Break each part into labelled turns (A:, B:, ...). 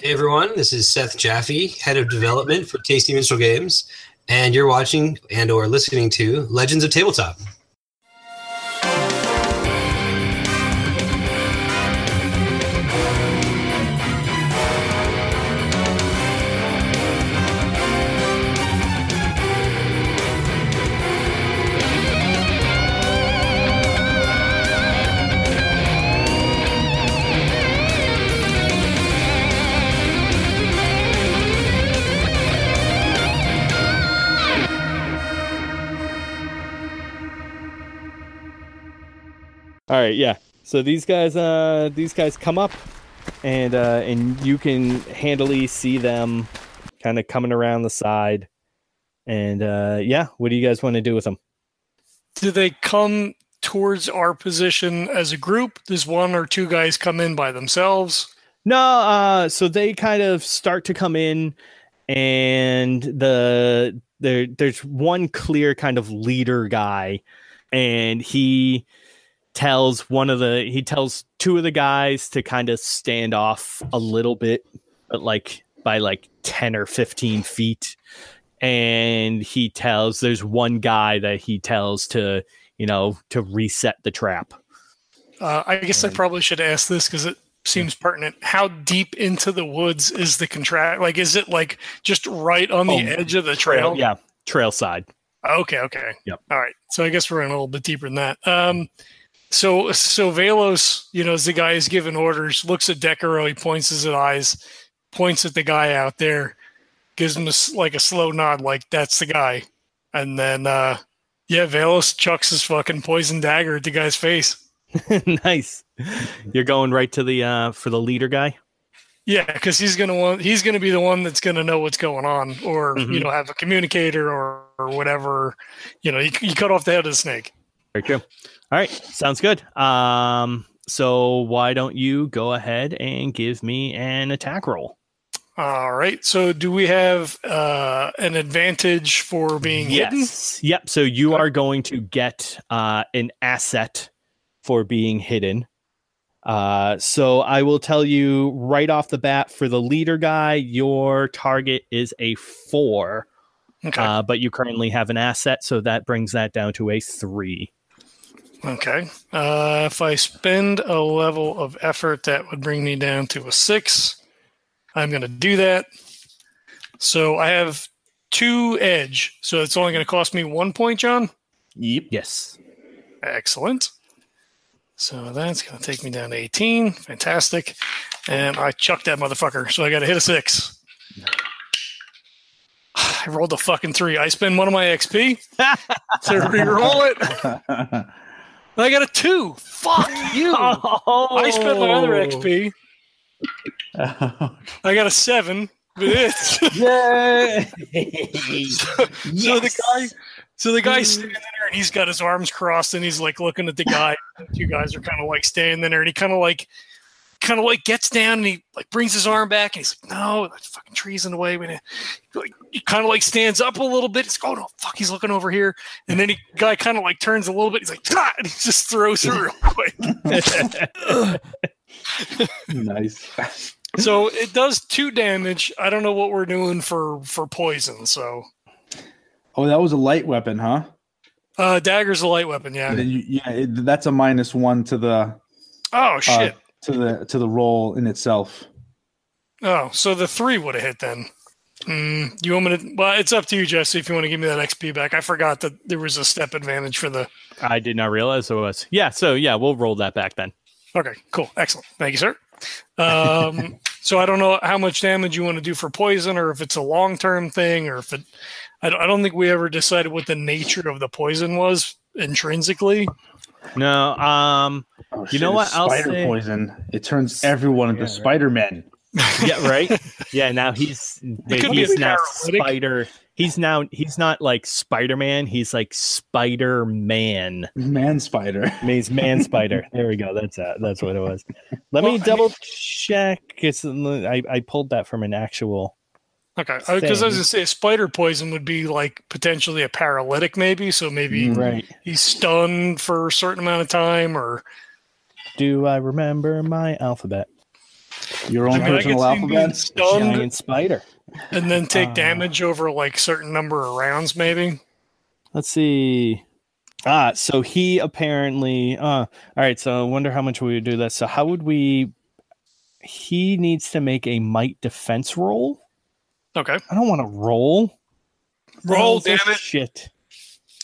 A: Hey everyone, this is Seth Jaffe, head of development for Tasty Minstrel Games, and you're watching and or listening to Legends of Tabletop.
B: All right, yeah. So these guys, uh, these guys come up, and uh, and you can handily see them, kind of coming around the side, and uh, yeah. What do you guys want to do with them?
C: Do they come towards our position as a group? Does one or two guys come in by themselves?
B: No, uh, so they kind of start to come in, and the there there's one clear kind of leader guy, and he tells one of the he tells two of the guys to kind of stand off a little bit, but like by like ten or fifteen feet, and he tells there's one guy that he tells to you know to reset the trap.
C: Uh, I guess I probably should ask this because it seems pertinent. How deep into the woods is the contract? Like, is it like just right on the
B: Oh,
C: edge of the trail?
B: Yeah, trail side.
C: Okay. Okay.
B: Yep.
C: All right. So I guess we're in a little bit deeper than that. Um, so so Velos, you know, as the guy is giving orders, looks at Decaro, he points his eyes, points at the guy out there, gives him a s like a slow nod, like that's the guy, and then uh, yeah, Velos chucks his fucking poison dagger at the guy's face.
B: nice. You're going right to the uh for the leader guy.
C: Yeah, because he's gonna want he's gonna be the one that's gonna know what's going on, or you
B: Mhm.
C: know, have a communicator or, or whatever. You know, you, you cut off the head of the snake.
B: Very true. All right, sounds good. Um, so why don't you go ahead and give me an attack roll?
C: All right. So, do we have uh, an advantage for being hidden?
B: Yep. So you are going to get uh, an asset for being hidden. Uh, so I will tell you right off the bat for the leader guy, your target is a four,
C: Okay.
B: uh, but you currently have an asset, so that brings that down to a three.
C: okay. Uh, if I spend a level of effort, that would bring me down to a six. I'm going to do that. So I have two edge. So it's only going to cost me one point, John.
D: Yep.
B: Yes.
C: Excellent. So that's going to take me down to 18. Fantastic. And I chucked that motherfucker. So I got to hit a six. I rolled a fucking three. I spend one of my XP to reroll it. And I got a two. Fuck you.
B: Oh,
C: I spent my other XP. I got a seven. Bitch.
D: Yay!
C: So the guy, so the guy's standing there, and he's got his arms crossed, and he's like looking at the guy. Two guys are kind of like standing there, and he kind of like, kind of like gets down, and he like brings his arm back, and he's like, "No, that fucking tree's in the way." When like, he kind of like stands up a little bit, he's like, "Oh no, fuck!" He's looking over here, and then he guy kind of like turns a little bit, he's like, "Ta!" and he just throws her real quick.
D: nice.
C: So it does two damage. I don't know what we're doing for for poison. So
D: Oh, that was a light weapon, huh?
C: uh, dagger's a light weapon, yeah.
D: Then you- yeah, it, that's a minus one to the
C: Oh shit.
D: uh, to the to the roll in itself.
C: Oh, so the three would have hit then. Mm, you want me to? Well, it's up to you, Jesse. If you want to give me that XP back, I forgot that there was a step advantage for the.
B: I did not realize it was. Yeah, so yeah, we'll roll that back then.
C: Okay, cool, excellent. Thank you, sir. Um, so I don't know how much damage you want to do for poison, or if it's a long term thing, or if it. I don't, I don't think we ever decided what the nature of the poison was intrinsically.
B: No, um,
D: Oh,
B: You know
D: shit, it's
B: what? I'll
D: spider
B: say-
D: poison. It turns everyone into
B: Yeah, right.
D: Spider Man.
B: yeah, right. Yeah, now he's
C: could be
B: he's
C: a
B: now
C: paralytic.
B: spider. He's now he's not like Spider Man. He's like Spider Man.
D: Man Spider.
B: Means man spider. There we go. That's that. That's what it was. Let
C: Well, I
B: me
C: mean-
B: double check. It's in the- I I pulled that from an actual.
C: Okay, because I was
B: Thing.
C: gonna say spider poison would be like potentially a paralytic, maybe. So maybe
D: Mm.
B: Right.
C: he's stunned for a certain amount of time, or
B: Do I remember my alphabet?
D: Your own
C: I mean, I could
D: personal
C: see him being
D: alphabet.
C: stunned
B: Giant spider.
C: and then take
B: Uh,
C: damage over like certain number of rounds, maybe.
B: Let's see. Ah, so he apparently. Uh, all right. So I wonder how much we would do this. So how would we? He needs to make a might defense roll.
C: Okay.
B: I don't want to roll.
C: Roll,
B: What the hell is
C: damn
B: this Shit.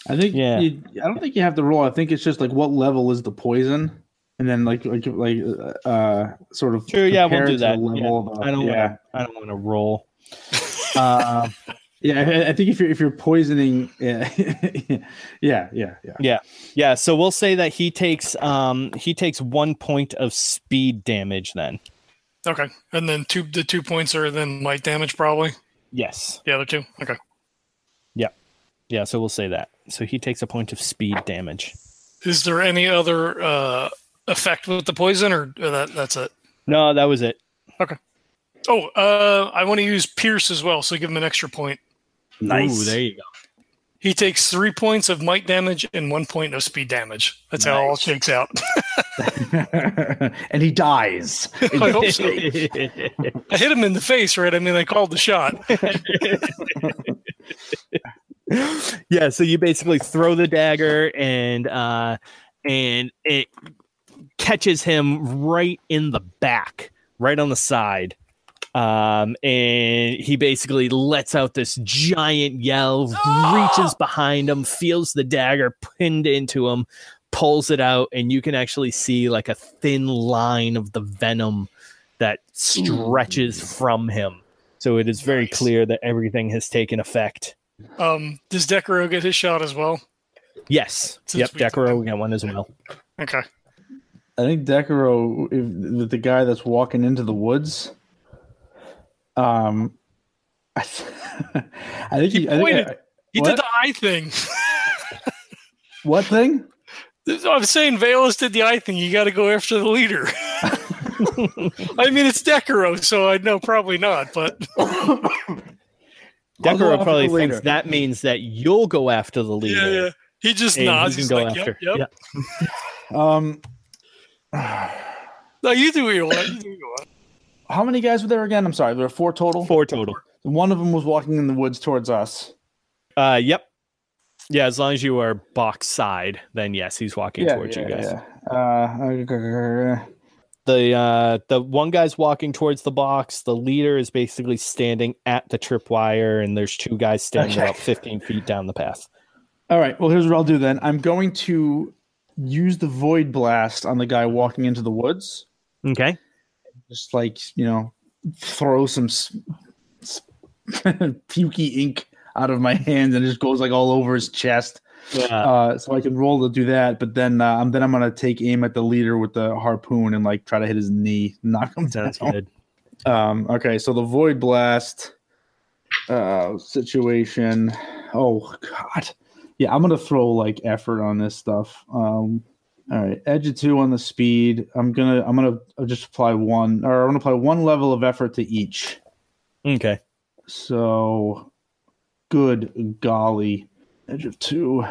D: I think.
B: Yeah.
D: Yeah. You, I don't think you have to roll. I think it's just like what level is the poison, and then like like like uh, uh sort of.
B: True, yeah, we'll
D: compare
B: do
D: it to
B: that.
D: the level of the-
B: I don't
D: Oh, Yeah.
B: wanna, I don't want to roll.
D: Um, yeah, I, I think if you're if you're poisoning, yeah, yeah, yeah, yeah.
B: Yeah, so we'll say that he takes um he takes 1 point of speed damage then.
C: Okay. And then two the two points are then light damage probably.
B: Yes.
C: The other two. Okay.
B: Yeah, so we'll say that. So he takes a point of speed damage.
C: Is there any other uh effect with the poison or or that that's it?
B: No, that was it.
C: Oh, uh I want to use Pierce as well, so give him an extra point.
B: Ooh, there you go.
C: He takes three points of might damage and one point of speed damage. That's how it all shakes out.
D: and he dies.
C: I hope so. I hit him in the face, right? I mean, I called the shot.
B: yeah, so you basically throw the dagger and uh and it catches him right in the back, right on the side. Um and he basically lets out this giant yell, reaches behind him, feels the dagger pinned into him, pulls it out and you can actually see like a thin line of the venom that stretches from him. So it is very
C: Nice.
B: clear that everything has taken effect.
C: Um, does Decaro get his shot as well?
B: Yes.
C: Since
B: Yep.
C: we-
B: Decaro got one as well.
C: Okay.
D: I think Decaro, if, the- the guy that's walking into the woods, um, I, th- I think
C: He
D: he, I think
C: pointed.
D: I,
C: He
D: What?
C: did the eye thing.
D: what thing?
C: I'm saying Valus did the eye thing. You got to go after the leader. I mean, it's Decaro, so I know probably not, but
D: I'll go
B: Decaro
D: after
B: probably
D: the
B: thinks
D: leader.
B: that means that you'll go after the leader.
C: yeah, yeah. He just
B: and he
C: nods.
B: can
C: He's
B: go
C: like,
B: after.
C: Yep, yep.
B: Yeah.
D: Um,
C: No, you do what you want. You do what you want.
D: how many guys were there again? I'm sorry, there were four total.
B: Four total.
D: One of them was walking in the woods towards us.
B: Uh, yep. Yeah, as long as you are box side, then yes, he's walking towards you guys.
D: yeah. Uh,
B: The uh, the one guy's walking towards the box. The leader is basically standing at the tripwire, and there's two guys standing
D: Okay.
B: about 15 feet down the path.
D: All right. Well, here's what I'll do then. I'm going to use the void blast on the guy walking into the woods.
B: Okay.
D: Just like you know, throw some s- s- pukey ink out of my hands and it just goes like all over his chest.
B: Uh,
D: Uh, so I can roll to do that. But then uh, I'm then I'm gonna take aim at the leader with the harpoon and like try to hit his knee, knock him down.
B: sounds good.
D: Um, okay, so the void blast uh, situation. Oh god, yeah, I'm gonna throw like effort on this stuff. Um, all right, edge of two on the speed. I'm gonna I'm gonna just apply one, or I'm gonna apply one level of effort to each.
B: Okay.
D: So, good golly, edge of two.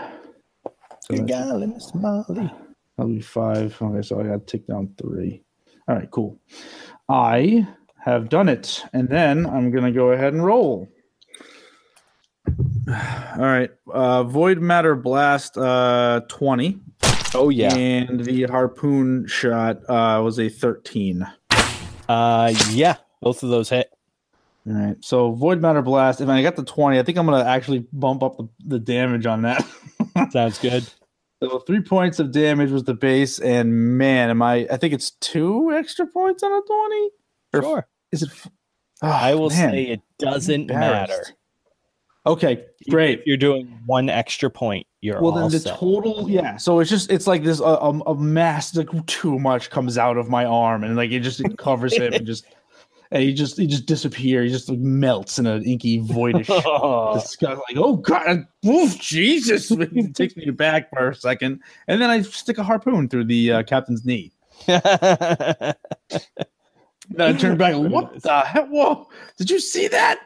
D: So that's-
B: golly, Mr. Molly.
D: That'll be five. Okay, so I got to take down three. All right, cool. I have done it, and then I'm gonna go ahead and roll. All right, uh, void matter blast uh, twenty,
B: Oh yeah.
D: and the harpoon shot uh, was a thirteen.
B: Uh, yeah. Both of those hit.
D: All right, so void matter blast. If I got the twenty, I think I'm gonna actually bump up the, the damage on that.
B: Sounds good.
D: So three points of damage was the base, and man, am I? I think it's two extra points on a twenty. Or-
B: Sure.
D: Is it? f-
B: I
D: Oh,
B: will
D: man,
B: say it doesn't
D: embarrassed.
B: matter.
D: Okay, great.
B: If you're doing one extra point, you're
D: Well,
B: all
D: then the
B: set.
D: total, yeah. So it's just it's like this a, a, a mass like too much comes out of my arm, and like it just it covers him, and just and he just he just disappears. He just like, melts in an inky voidish.
B: Oh,
D: disgust. Like, oh god, oof, Jesus! it takes me back for a second, and then I stick a harpoon through the uh, captain's knee. Then I turn back. What the hell? Whoa! Did you see that?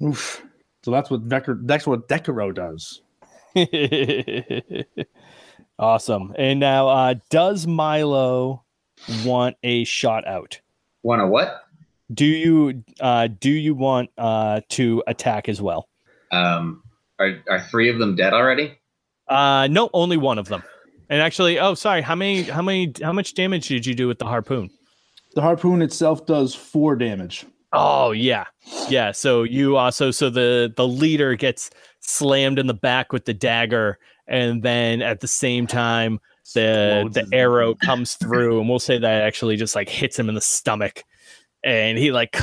D: Oof. So that's what Decker, that's what Decaro does.
B: awesome. And now, uh, does Milo want a shot out?
E: Want to what?
B: Do you uh, do you want uh, to attack as well?
E: Um, are are three of them dead already?
B: Uh, no, only one of them. And actually, oh, sorry. How many? How many? How much damage did you do with the harpoon?
D: The harpoon itself does four damage.
B: Oh yeah, yeah. So you also so the the leader gets slammed in the back with the dagger, and then at the same time the
D: Explodes
B: the
D: his-
B: arrow comes through, and we'll say that actually just like hits him in the stomach, and he like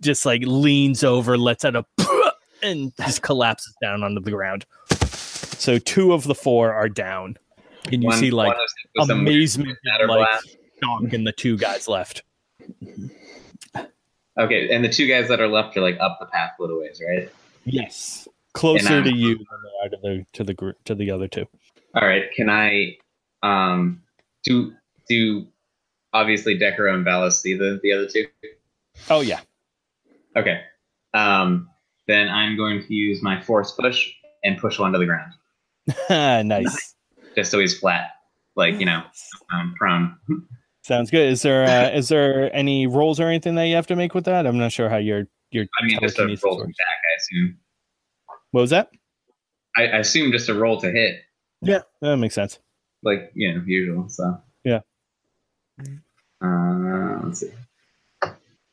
B: just like leans over, lets out a and just collapses down onto the ground. So two of the four are down, and you
E: One-
B: see like
E: one was hit with some weird
B: amazement
E: shatter
B: like
E: blast.
B: shock in the two guys left.
E: Okay, and the two guys that are left are like up the path a little ways, right?
B: Yes. Closer
E: And
B: to
E: I'm-
B: you than they are to the to the group to the other two.
E: All right. Can I um do do obviously Decker and Valis see the the other two?
B: Oh yeah.
E: Okay. Um, then I'm going to use my force push and push one to the ground,
B: nice.
E: just so he's flat, like you know, um, prone.
B: Sounds good. Is there uh, is there any rolls or anything that you have to make with that? I'm not sure how your your
E: I mean, just a
B: telekinesis
E: roll to
B: works.
E: attack. I assume.
B: What was that?
E: I, I assume just a roll to hit,
B: Yeah, that makes sense.
E: like you know, usual. So.
B: Yeah.
E: Uh, let's see.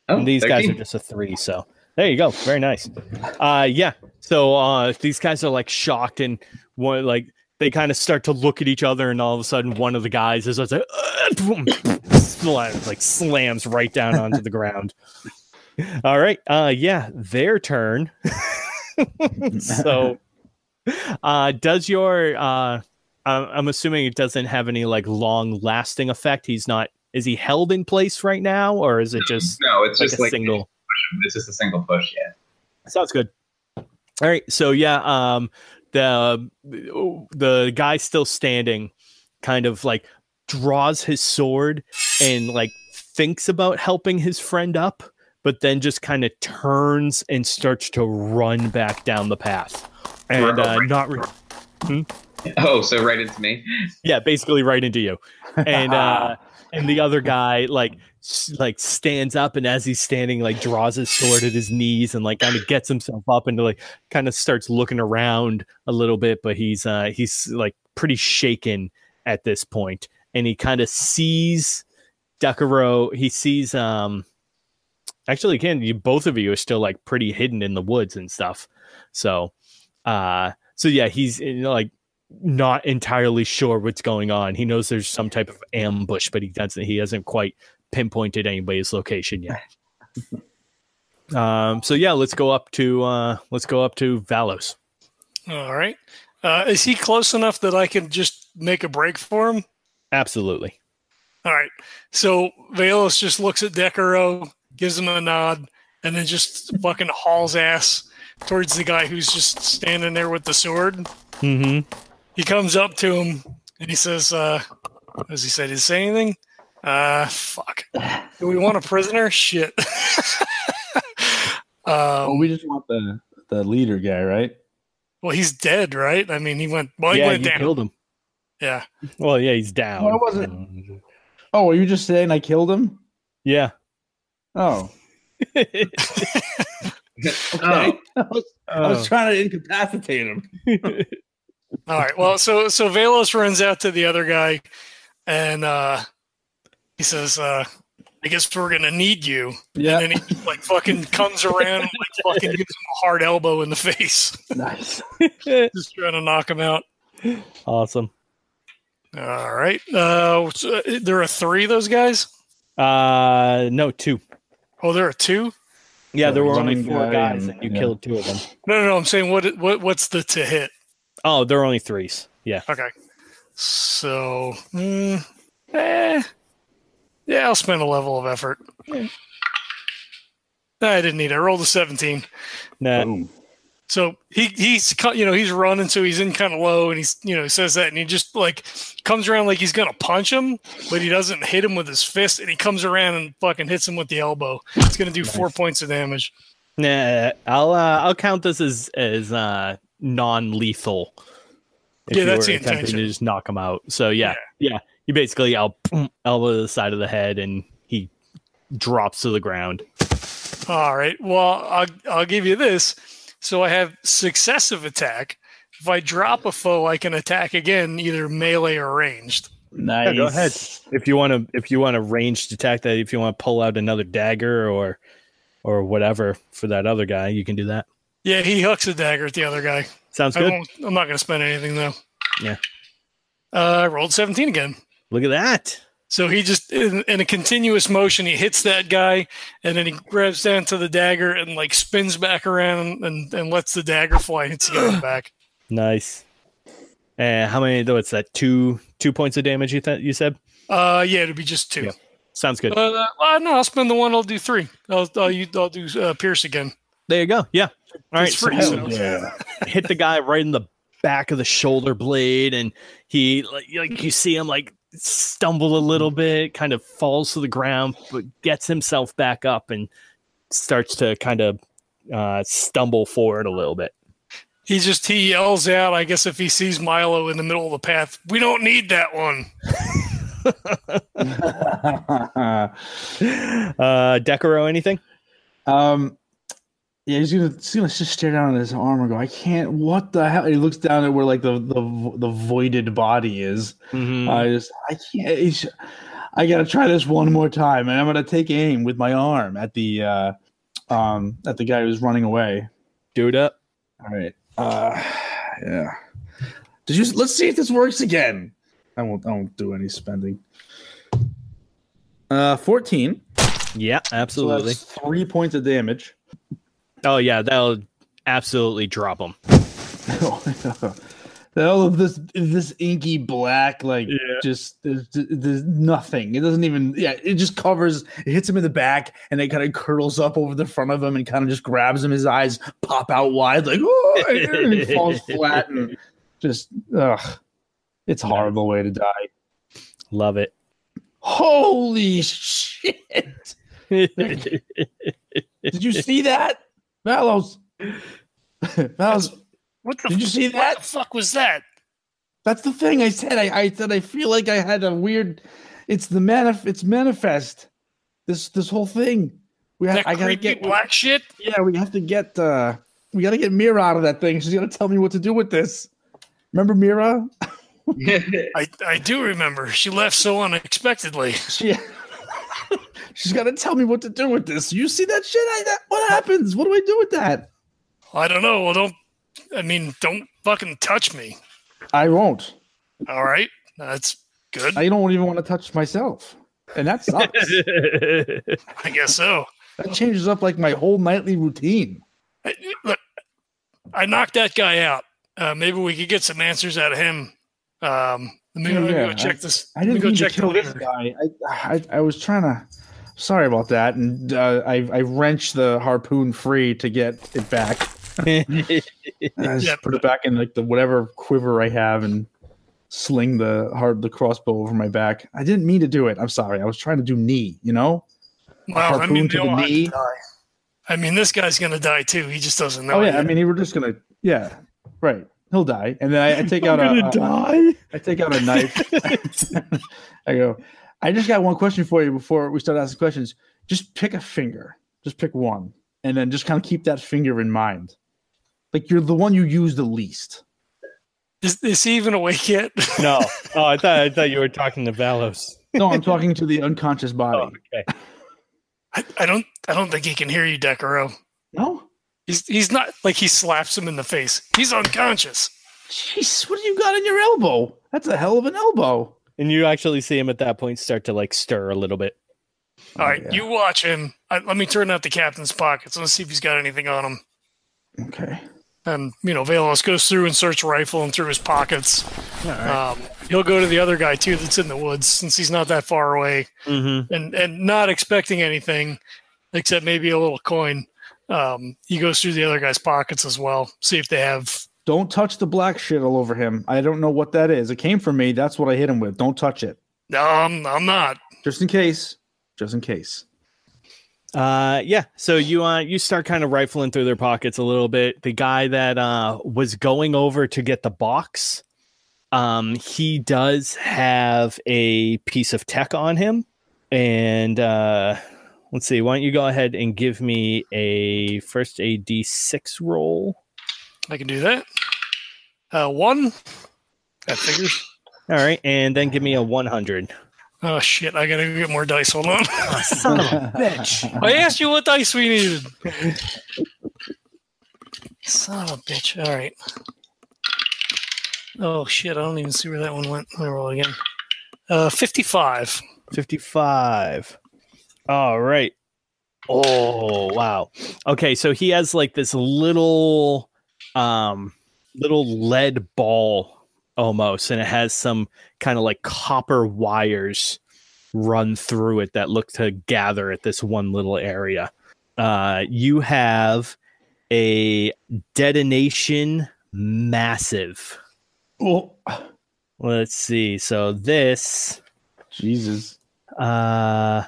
E: Oh,
B: and these guys are
E: 13.
B: just a three, so there you go. Very nice. Uh, yeah. So uh, these guys are like shocked and one like they kind of start to look at each other, and all of a sudden, one of the guys is like, boom, slams, like slams right down onto the ground. All right. Uh, yeah, their turn. so, uh, does your uh, I'm I'm assuming it doesn't have any like long lasting effect. He's not. Is he held in place right now, or is it just
E: No, it's
B: like
E: just
B: a
E: like
B: single.
E: it's just a single push. Yeah.
B: Sounds good. All right, so yeah, um, the the guy still standing, kind of like draws his sword and like thinks about helping his friend up, but then just kind of turns and starts to run back down the path, and uh, not re-
E: Oh, so right into me.
B: yeah, basically right into you. And uh and the other guy like s- like stands up and as he's standing like draws his sword at his knees and like kind of gets himself up and like kind of starts looking around a little bit but he's uh he's like pretty shaken at this point and he kind of sees Decaro he sees um actually again you both of you are still like pretty hidden in the woods and stuff so uh so yeah he's you know, like not entirely sure what's going on. He knows there's some type of ambush, but he doesn't he hasn't quite pinpointed anybody's location yet. um so yeah, let's go up to uh let's go up to Valos.
C: All right. Uh, is he close enough that I can just make a break for him?
B: Absolutely.
C: All right. So Valus just looks at Decaro, gives him a nod, and then just fucking hauls ass towards the guy who's just standing there with the sword.
B: Mm-hmm.
C: He comes up to him and he says, uh, as he said, did he say anything? Uh, fuck. Do we want a prisoner? Shit.
D: Oh,
C: um,
D: we just want the the leader guy, right?
C: well, he's dead, right? I mean, he went, well, he
B: yeah,
C: went
B: you
C: down.
B: killed him.
C: yeah.
B: Well, yeah, he's down. Um,
D: No, I Oh, are you just saying I killed him?
B: Yeah.
D: Oh,
E: Oh,
D: I was, I
B: Oh.
D: was trying to incapacitate him.
C: All right. Well, so so Velos runs out to the other guy, and uh, he says, uh, "I guess we're gonna need you."
D: Yeah,
C: And then he like fucking comes around, and, like fucking gives him a hard elbow in the face,
D: nice.
C: just trying to knock him out.
B: awesome.
C: All right. Uh, so, uh, there are three of those guys.
B: Uh no, two.
C: Oh, there are two.
B: Yeah, there were
D: One
B: only four
D: guy
B: guys
D: and-
B: and you
D: yeah.
B: killed two of them.
C: No, no, no. I'm saying what what what's the to hit?
B: Oh, there were only threes. Yeah.
C: Okay. So, mm, eh, yeah, I'll spend a level of effort. I didn't need it. I rolled a 17.
B: Nah.
D: Boom.
C: So he he's cu- you know he's running, so he's in kind of low, and he's you know he says that, and he just like comes around like he's gonna punch him, but he doesn't hit him with his fist, and he comes around and fucking hits him with the elbow. It's gonna do four points of damage.
B: Nah, I'll uh, I'll count this as as uh, non-lethal.
C: Yeah, that's the
B: attempting
C: intention.
B: To just knock him out. So yeah, yeah. You basically I'll elbow to the side of the head, and he drops to the ground.
C: All right. Well, I'll, I'll give you this. So I have successive attack. If I drop a foe, I can attack again, either melee or ranged.
D: Nice.
B: go ahead. If you want to, if you want to ranged attack that, if you want to pull out another dagger or or whatever for that other guy, you can do that.
C: Yeah, he hooks a dagger at the other guy.
B: Sounds
C: I
B: good.
C: won't, I'm not going to spend anything though.
B: Yeah.
C: Uh, I rolled 17 again.
B: Look at that.
C: So he just in, in a continuous motion, he hits that guy, and then he grabs down to the dagger and like spins back around and, and lets the dagger fly and hits the guy back.
B: Nice. And how many? Though it's that two two points of damage. You th- you said
C: Uh, yeah, it'd be just two.
B: Yeah. sounds good.
C: Uh, well, no, I'll spend the one. I'll do three. I'll I'll, u- I'll do uh, Pierce again.
B: There you go. Yeah. All right.
C: It's
B: so
C: free,
B: hell
C: so-
D: yeah.
B: hit the guy right in the back of the shoulder blade and he like, like you see him like stumble a little bit kind of falls to the ground but gets himself back up and starts to kind of uh, stumble forward a little bit
C: He just he yells out. I guess if he sees Milo in the middle of the path, we don't need that one.
B: uh decoro anything
D: um, yeah, he's gonna, he's gonna just stare down at his arm and go, "I can't. What the hell?" He looks down at where like the the vo- the voided body is.
B: Mm.
D: I just, I can't. He's, I gotta try this one more time, and I'm gonna take aim with my arm at the uh, um at the guy who's running away.
B: dude up
D: All right. Uh, yeah. Did you? Let's see if this works again. I won't. I won't do any spending. Uh, fourteen.
B: yeah
D: So that's
B: absolutely
D: three points of damage.
B: oh yeah that'll absolutely drop him
D: All of this, this inky black, like
B: Yeah.
D: just there's, there's nothing. It doesn't even. Yeah, it just covers. It hits him in the back, and it kind of curls up over the front of him, and kind of just grabs him. His eyes pop out wide, like oh, and he falls flat, and just ugh. It's a horrible way to die.
B: love it
D: Holy shit! Did you see that, Valos? Valos,
C: What the?
D: Did you
C: f-
D: see
C: What
D: that?
C: the fuck was that?
D: that's the thing I said. I, I said I feel like I had a weird. It's the manif. It's manifest. This this whole thing. We ha-
C: That
D: I gotta
C: creepy
D: get.
C: black shit.
D: Yeah, we have to get. uh We gotta get Mira out of that thing. She's gonna tell me what to do with this. Remember Mira?
E: Oh.
C: I, I do remember. She left so unexpectedly.
D: She. She's gotta tell me what to do with this. You see that shit? I, that, what happens? What do I do with that?
C: I don't know. Well, don't. I mean, don't fucking touch me.
D: I won't.
C: All right, that's good. I,
D: I don't even want to touch myself. And that sucks.
C: guess so.
D: that changes up like my whole nightly routine.
C: I, look, I knocked that guy out. Uh, maybe we could get some answers out of him. Um, let me,
D: Yeah,
C: let me
D: yeah,
C: go check this.
D: I
C: let
D: didn't
C: me go
D: mean to
C: check the
D: kill this
C: leader.
D: guy. I, I, I was trying to. Sorry about that. And uh, I, I wrenched the harpoon free to get it back. And I just
C: Yep.
D: put it back in like the whatever quiver I have and sling the hard the crossbow over my back. I didn't mean to do it. I'm sorry. I was trying to do knee. You know.
C: Wow, I
D: harpoon
C: mean,
D: to
C: they
D: the
C: all have to
D: knee.
C: die. I mean, this guy's gonna die too. He just doesn't know.
D: Oh yeah.
C: yet.
D: I mean, he were just gonna. Yeah. Right. He'll die. And then I, I take out a, uh, a-
B: die
D: I take out a knife. I go, I just got one question for you before we start asking questions. Just pick a finger, just pick one, and then just kind of keep that finger in mind. Like you're the one you use the least.
C: is, is he even awake yet?
B: no oh i thought i thought you were talking to valos Oh,
D: No, I'm talking to the unconscious body.
B: okay
C: I, I don't. I don't think he can hear you, Decaro.
D: No?
C: He's he's not like he slaps him in the face. He's unconscious.
D: Jeez, what do you got in your elbow? That's a hell of an elbow.
B: And you actually see him at that point start to like stir a little bit.
C: All right,
D: Oh, yeah.
C: you watch him. I, let me turn out the captain's pockets. Let's see if he's got anything on him.
D: Okay.
C: And you know, Velos goes through and search rifle and through his pockets. Um, he'll go to the other guy too that's in the woods since he's not that far away
B: Mm-hmm.
C: and and not expecting anything except maybe a little coin. Um, he goes through the other guy's pockets as well. See if they have.
D: Don't touch the black shit all over him. I don't know what that is. It came from me. That's what I hit him with. Don't touch it.
C: No, I'm, I'm not.
D: Just in case. Just in case.
B: Uh, yeah. So you uh you start kind of rifling through their pockets a little bit. The guy that uh was going over to get the box, um, he does have a piece of tech on him, and uh, Let's see. Why don't you go ahead and give me a first a d6 roll?
C: I can do that. Uh, one. That figures.
B: All right, and then give me a 100.
C: Oh shit! I gotta get more dice. Hold on.
A: Son of a bitch.
C: I asked you what dice we needed. Son of a bitch. All right. Oh shit! I don't even see where that one went. Let me roll again. Uh, fifty-five.
B: 55. All right. Oh, wow. Okay, so he has like this little um little lead ball almost and it has some kind of like copper wires run through it that look to gather at this one little area. Uh you have a detonation massive.
D: Oh,
B: Let's see. So this
D: Jesus.
B: uh,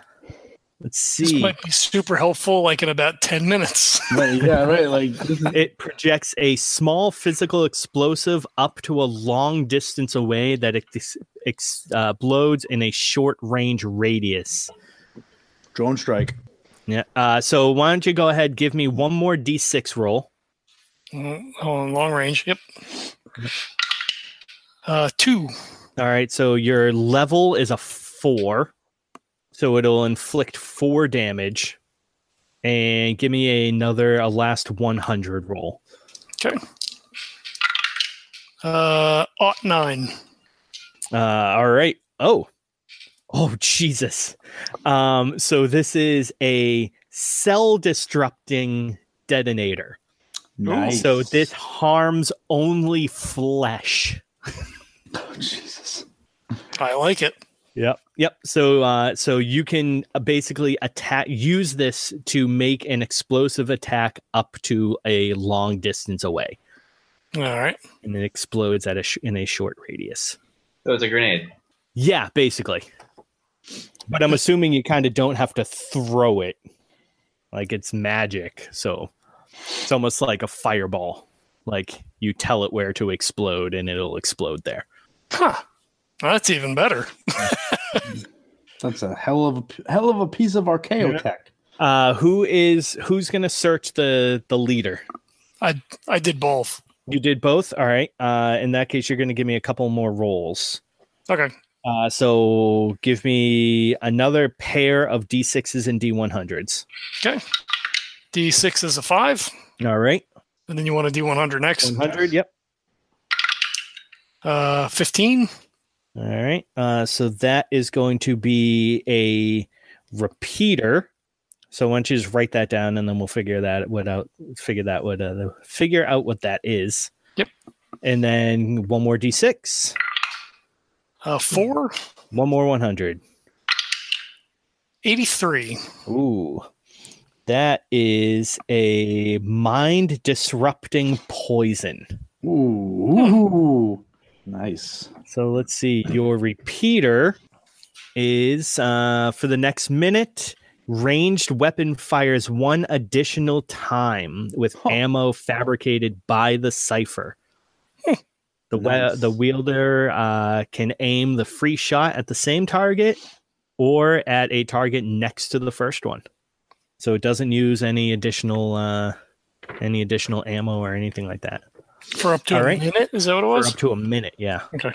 B: let's see.
C: This might be super helpful. Like in about ten minutes.
D: Right, yeah, right. Like this is
B: It projects a small physical explosive up to a long distance away that ex- ex- uh, explodes in a short range radius.
D: drone strike.
B: Yeah. Uh, so why don't you go ahead, give me one more d6 roll.
C: Mm, Hold on. Long range. Yep. Uh, two.
B: All right. So your level is a four, so it'll inflict four damage, and give me another a last 100 roll.
C: Uh, ought nine.
B: Uh, all right. Oh, oh Jesus. Um, so this is a cell disrupting detonator.
D: Nice.
B: So this harms only flesh.
D: Oh, Jesus.
C: I like it.
B: Yep. Yep. So, uh, so you can uh, basically attack, use this to make an explosive attack up to a long distance away,
C: All right.
B: and it explodes at a sh- in a short radius.
E: So it's a grenade.
B: Yeah, basically. But I'm assuming you kind of don't have to throw it. Like it's magic. So it's almost like a fireball. Like you tell it where to explode and it'll explode there.
C: Huh. That's even better.
D: That's a hell of a p- hell of a piece of archaeo tech.
B: Uh who is who's going to search the the leader?
C: I did both.
B: You did both? All right. Uh in that case you're going to give me a couple more rolls.
C: Okay.
B: Uh so give me another pair of d6s and d100s.
C: D6 is a five.
B: All right.
C: And then you want a D100 next.
B: 100, yep.
C: Uh, 15.
B: All right. Uh, so that is going to be a repeater. So why don't you just write that down, and then we'll figure that what out. Figure that what uh, figure out what that is.
C: Yep.
B: And then one more d6,
C: Uh,
B: Hmm.
C: 4.
B: one more 100.
C: 83.
B: Ooh, that is a mind disrupting poison.
D: Ooh, ooh. nice.
B: So let's see. Your repeater is uh, for the next minute. Ranged weapon fires one additional time with
D: Huh.
B: ammo fabricated by the cipher. The, we-
D: Nice.
B: the wielder uh, can aim the free shot at the same target or at a target next to the first one. So it doesn't use any additional uh, any additional ammo or anything like that
C: For up to
B: All
C: a
B: right.
C: minute. Is that what it
B: for
C: was?
B: up to a minute. Yeah.
C: Okay.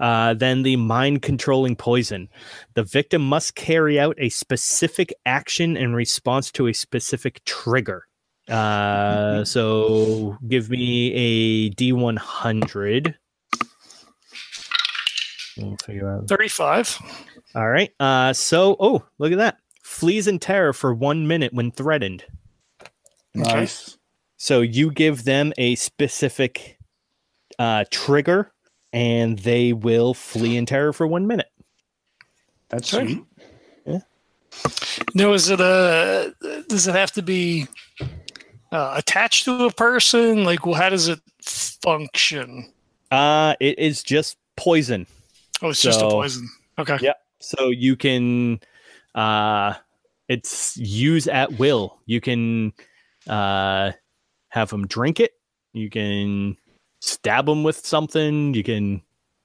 B: Uh, then the mind controlling poison. The victim must carry out a specific action in response to a specific trigger. Uh, so give me a D100. We'll figure out-
C: 35.
B: All right. Uh, so, oh, look at that. Flees in terror for one minute when threatened.
C: Okay.
D: Nice.
B: So you give them a specific uh, trigger, and they will flee in terror for one minute.
D: That's
C: Okay.
D: sweet.
C: No, is it a. Does it have to be uh, attached to a person? Like, well, how does it function?
B: Uh, it is just poison,
C: Oh, it's just a
B: So-
C: poison. Okay.
B: Yeah. so you can uh, it's use at will. You can uh, have them drink it. You can stab them with something. You can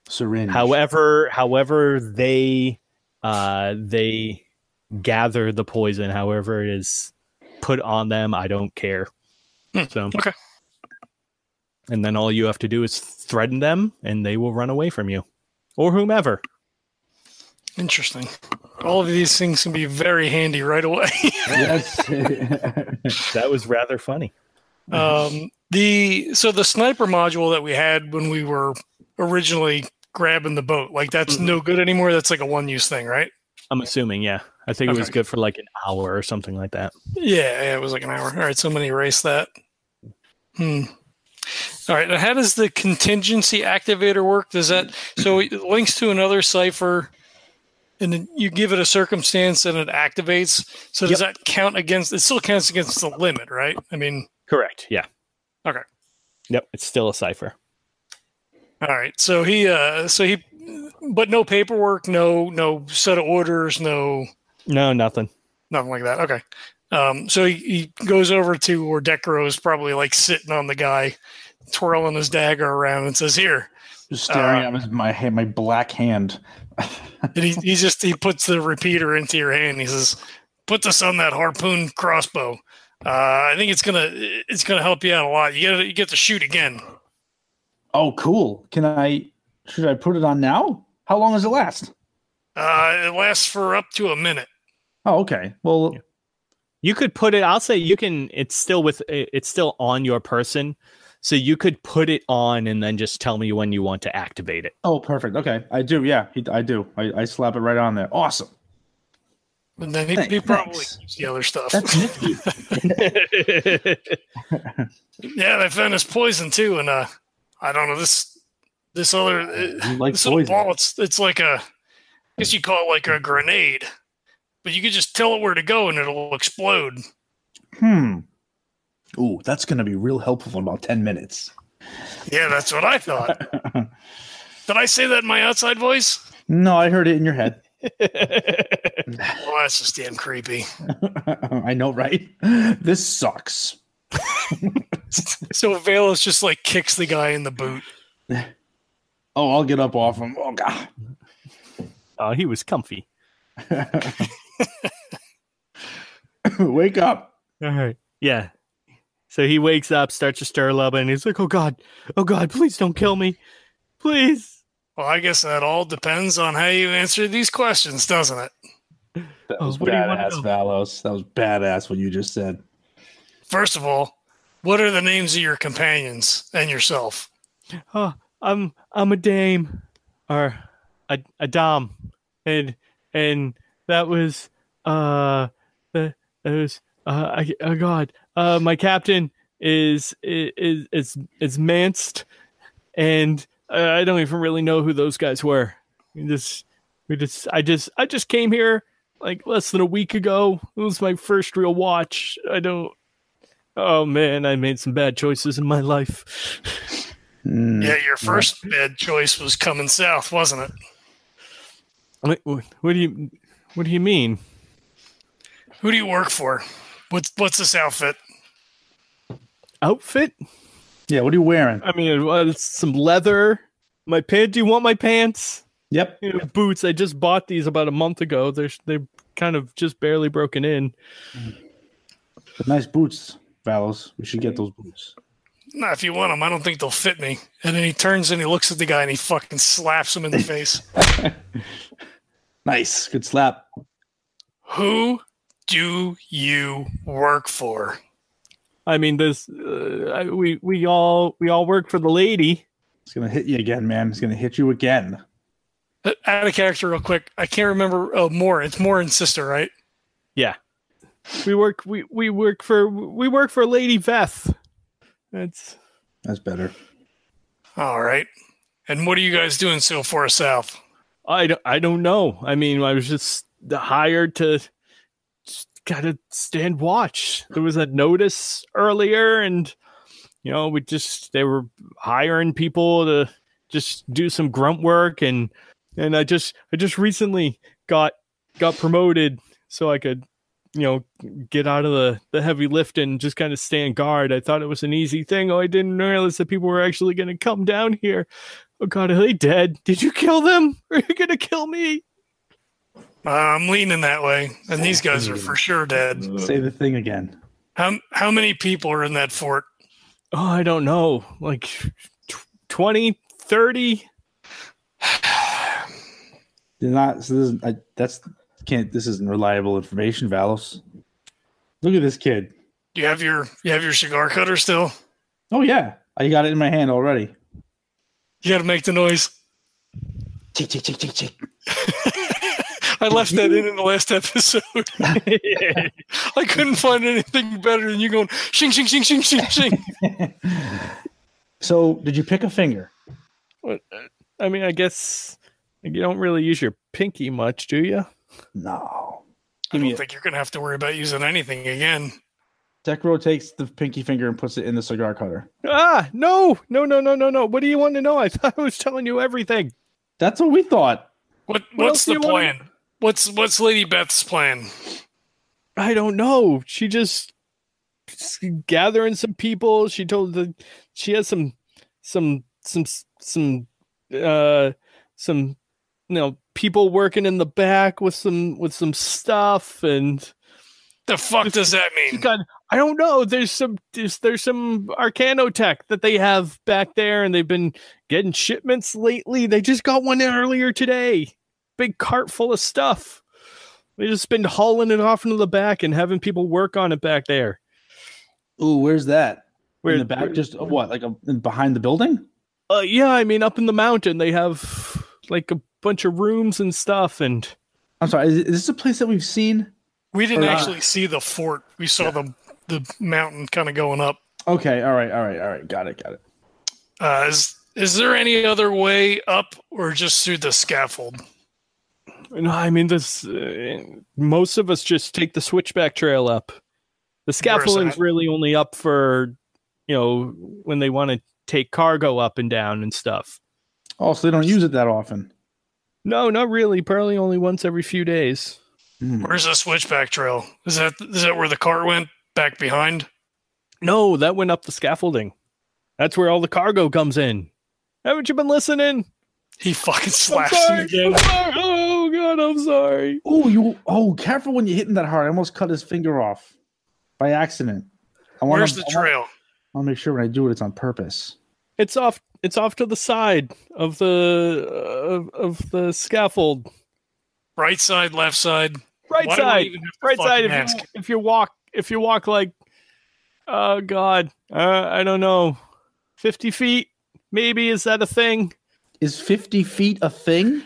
D: Syringe.
B: however however they uh they gather the poison, however it is put on them. I don't care.
C: Hmm,
B: So
C: okay.
B: And then all you have to do is threaten them, and they will run away from you, or whomever.
C: Interesting. All of these things can be very handy right away.
D: Yes.
B: That was rather funny. Mm-hmm.
C: um, the so the sniper module that we had when we were originally grabbing the boat, like that's
B: Mm-hmm.
C: no good anymore. That's like a one-use thing, right?
B: I'm assuming, yeah. I think it was
C: Okay.
B: good for like an hour or something like that.
C: Yeah, yeah, it was like an hour. All right, so I'm gonna erase that. Hmm. All right. Now, how does the contingency activator work? Does that so it links to another cipher, and then you give it a circumstance and it activates? So does that count against? It still counts against the limit, right? I mean,
B: Correct. Yeah.
C: Okay.
B: Yep. It's still a cipher.
C: all right. So he, uh, so he, but no paperwork, no, no set of orders, no
B: No, nothing.
C: nothing like that. Okay. Um, so he, he goes over to where Decro is probably like sitting on the guy, twirling his dagger around, and says, "Here."
D: Just staring at his- my hand, my black hand.
C: And he, he just he puts the repeater into your hand. And he says, "Put this on that harpoon crossbow. Uh, I think it's gonna it's gonna help you out a lot. You get you get to shoot again.
D: Oh, cool. Can I? Should I put it on now? How long does it last?
C: Uh, it lasts for up to a minute.
D: Oh, okay. Well,
B: Yeah. You could put it. I'll say you can. It's still with. it- It's still on your person, so you could put it on and then just tell me when you want to activate it.
D: oh, perfect. Okay, I do. Yeah, he, I do. I, I slap it right on there. Awesome.
C: And then he, he
D: Thanks.
C: probably keeps the other stuff.
D: That's nifty.
C: yeah, they found this poison too, and uh, I don't know this this other uh,
D: You like
C: this little
D: poison.
C: ball. It's it's like a I guess you call it like a grenade, but you could just tell it where to go and it'll explode.
D: Hmm. Ooh, that's gonna be real helpful in about ten minutes.
C: Yeah, that's what I thought. Did I say that in my outside voice?
D: No, I heard it in your head.
C: Well, that's just damn creepy.
D: I know, right? This sucks.
C: So Valus just like kicks the guy in the boot.
D: Oh, I'll get up off him. Oh god.
B: oh, he was comfy.
D: Wake up.
B: All right. Yeah. So he wakes up, starts to stir a little bit, and he's like, "Oh God, oh God, please don't kill me, please."
C: Well, I guess that all depends on how you answer these questions, doesn't it?
D: That
B: Oh,
D: was
B: what do you wanna
D: badass,
B: know?
D: Valos. That was badass what you just said.
C: First of all, what are the names of your companions and yourself?
B: Oh, I'm I'm a dame, or a a dom, and and that was uh the that was uh I, oh God, uh my captain is i- is is is manced, and uh, I don't even really know who those guys were. We just we just I just I just came here like less than a week ago. It was my first real watch. I don't. Oh man, I made some bad choices in my life.
D: Hmm.
C: Yeah, your first bad choice was coming south, wasn't it?
B: Wait, wh- what do you what do you mean?
C: Who do you work for? What's what's this outfit?
B: Outfit?
D: Yeah, what are you wearing?
B: I mean, it was some leather. My pants? Do you want my pants?
D: Yep.
B: You know, boots. I just bought these about a month ago. They're they're kind of just barely broken in.
D: Nice boots, Valos. We should get those boots.
C: Nah, if you want them, I don't think they'll fit me. And then he turns and he looks at the guy and he fucking slaps him in the face.
D: Nice. Good slap.
C: Who do you work for?
B: I mean, this uh, I- we we all we all work for the lady.
D: It's gonna hit you again, man. It's gonna hit you again.
C: Uh, Out of character, real quick. I can't remember. Oh, more. It's more and sister, right?
B: We work we we work for we work for Lady Veth. That's
D: That's better.
C: All right. And what are you guys doing so far south?
B: I don't, I don't know. I mean, I was just hired to just gotta stand watch. There was a notice earlier, and you know, we just they were hiring people to just do some grunt work, and and I just I just recently got got promoted so I could you know get out of the the heavy lift and just kind of stand guard. I thought it was an easy thing. Oh, I didn't realize that people were actually going to come down here. Oh god, are they dead? Did you kill them? Are you gonna kill me?
C: Uh, I'm leaning that way, and these guys are for sure dead.
D: Say the thing again.
C: How how many people are in that fort?
F: Oh, I don't know. Like tw 20, 30.
D: They're not. So this is, I, that's can't. This isn't reliable information, Valos. Look at this kid.
C: Do you have your you have your cigar cutter still?
D: Oh yeah, I got it in my hand already.
C: You got to make the noise.
D: Tick tick tick tick tick.
C: I left that in in the last episode. I couldn't find anything better than you going shing shing shing shing shing shing.
D: so, did you pick a finger?
F: What- I mean, I guess you don't really use your pinky much, do you?
D: No.
C: I
D: Give me
C: don't
D: it.
C: think you're gonna have to worry about using anything again.
D: Decro takes the pinky finger and puts it in the cigar cutter.
F: Ah, no, no, no, no, no, no. What do you want to know? I thought I was telling you everything.
D: That's what we thought.
C: What,
F: What
C: what's
F: else do
C: the
F: you wanna-
C: plan? What's what's Lady Beth's plan?
F: I don't know. She just s- gathering some people. She told the she has some some some some uh some you know people working in the back with some with some stuff and
C: The fuck does that
F: she
C: mean?
F: got I don't know. There's some there's, there's some Arcano tech that they have back there and they've been getting shipments lately. They just got one earlier today. Big cart full of stuff. They just been hauling it off into the back and having people work on it back there.
D: Ooh, where's that?
F: Where
D: in the back, just uh, what, like a, behind the building?
F: uh, yeah, I mean up in the mountain they have like a bunch of rooms and stuff and
D: I'm sorry. Is, is this a place that we've seen?
C: We didn't
D: Or not.
C: actually see the fort. We saw the the mountain kind of going up.
D: Okay. All right. All right. All right. Got it. Got it.
C: Uh, is is there any other way up, or just through the scaffold?
F: No, I mean this. Uh, most of us just take the switchback trail up. The scaffolding's
C: that?
F: really only up for, you know, when they want to take cargo up and down and stuff.
D: Oh, so they don't use it that often.
F: No, not really. Probably only once every few days.
D: Hmm.
C: Where's the switchback trail? Is that is that where the cart went back behind?
F: No, that went up the scaffolding. That's where all the cargo comes in. Haven't you been listening?
C: He fucking
F: I'm
C: slaps him
F: sorry.
C: again.
F: I'm sorry. Oh god, I'm sorry.
D: Oh, you. Oh, careful when you're hitting that hard. I almost cut his finger off by accident. I want
C: Where's
D: to.
C: the trail?
D: I'll make sure when I do it, it's on purpose.
F: It's off. It's off to the side of the uh, of, of the scaffold.
C: Right side, left side.
F: Right
C: Why do I
F: side.
C: even have to
F: right side
C: fucking
F: if you, if you walk if you walk like oh god uh, i don't know 50 feet maybe is that a thing
D: Is 50 feet a thing?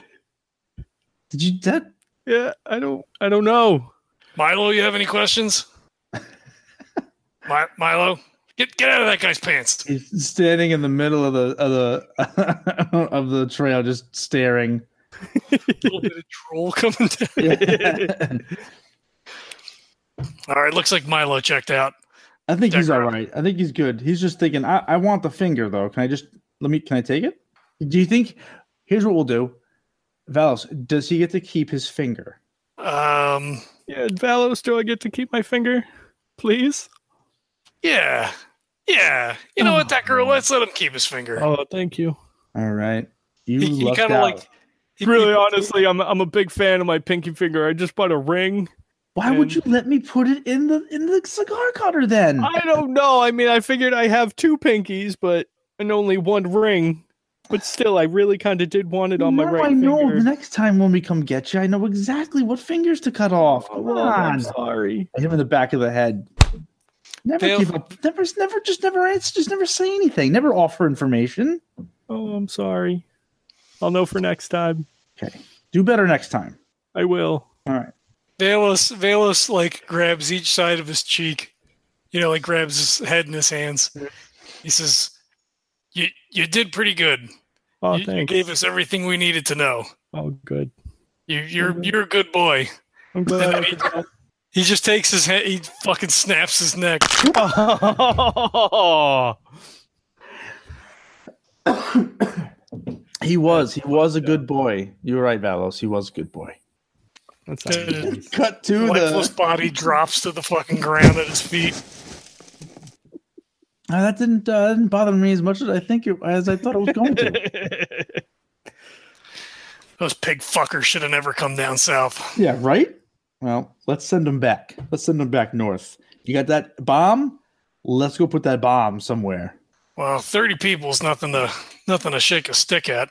D: Did you that?
F: yeah i don't i don't know
C: Milo, you have any questions? Mi- Milo, get get out of that guy's pants.
D: He's standing in the middle of the of the of the trail, just staring.
C: little bit of troll coming down.
D: I
C: All right, looks like Milo checked out.
D: think he's all right. I think he's good. He's just thinking, I, I want the finger though. Can I just let me? Can I take it? Do you think? Here's what we'll do. Valos, does he get to keep his finger?
C: Um,
F: yeah valos do i get to keep my finger please
C: yeah, yeah. You know what, that girl? Let's let him keep his finger.
F: oh thank you
D: All right. You
C: He- he
D: lucked
C: kinda
D: out.
C: like- He-
F: really
C: he-
F: honestly i'm i'm a big fan of my pinky finger i just bought a ring
D: Why would
F: and-
D: you let me put it in the in the cigar cutter then?
F: i don't know i mean i figured i have two pinkies but and only one ring but still i really kind of did want it on my
D: now
F: right
D: I know
F: finger
D: the next time when we come get you, I know exactly what fingers to cut off. Come
F: Well,
D: on.
F: Oh, i'm sorry
D: Hit him in the back of the head. Never
C: Dale-
D: give up. Never, never, just never answer. Just never say anything. Never offer information.
F: Oh, I'm sorry. I'll know for next time.
D: Do better next time.
F: I will.
D: All right.
C: Valus, Valus, like grabs each side of his cheek. You know, like grabs his head in his hands. He says, "You you did pretty good.
F: Oh,
C: you, you
F: thanks.
C: gave us everything we needed to know.
F: oh, good.
C: You you're
F: Mm-hmm.
C: you're a good boy."
F: I'm glad. I could help.
C: He just takes his head. He fucking snaps his neck.
F: oh,
D: He was. He was a good boy. You're right, Valos. He was a good boy.
F: that's not good.
C: The
D: Cut to
C: lifeless
D: the.
C: body drops to the fucking ground at his feet.
D: Uh, that didn't uh, that didn't bother me as much as I think it, as I thought it was going to.
C: Those pig fuckers should have never come down south.
D: Yeah, right? Well, let's send them back. Let's send them back north. You got that bomb? Let's go put that bomb somewhere.
C: Well, thirty people is nothing to nothing to shake a stick at.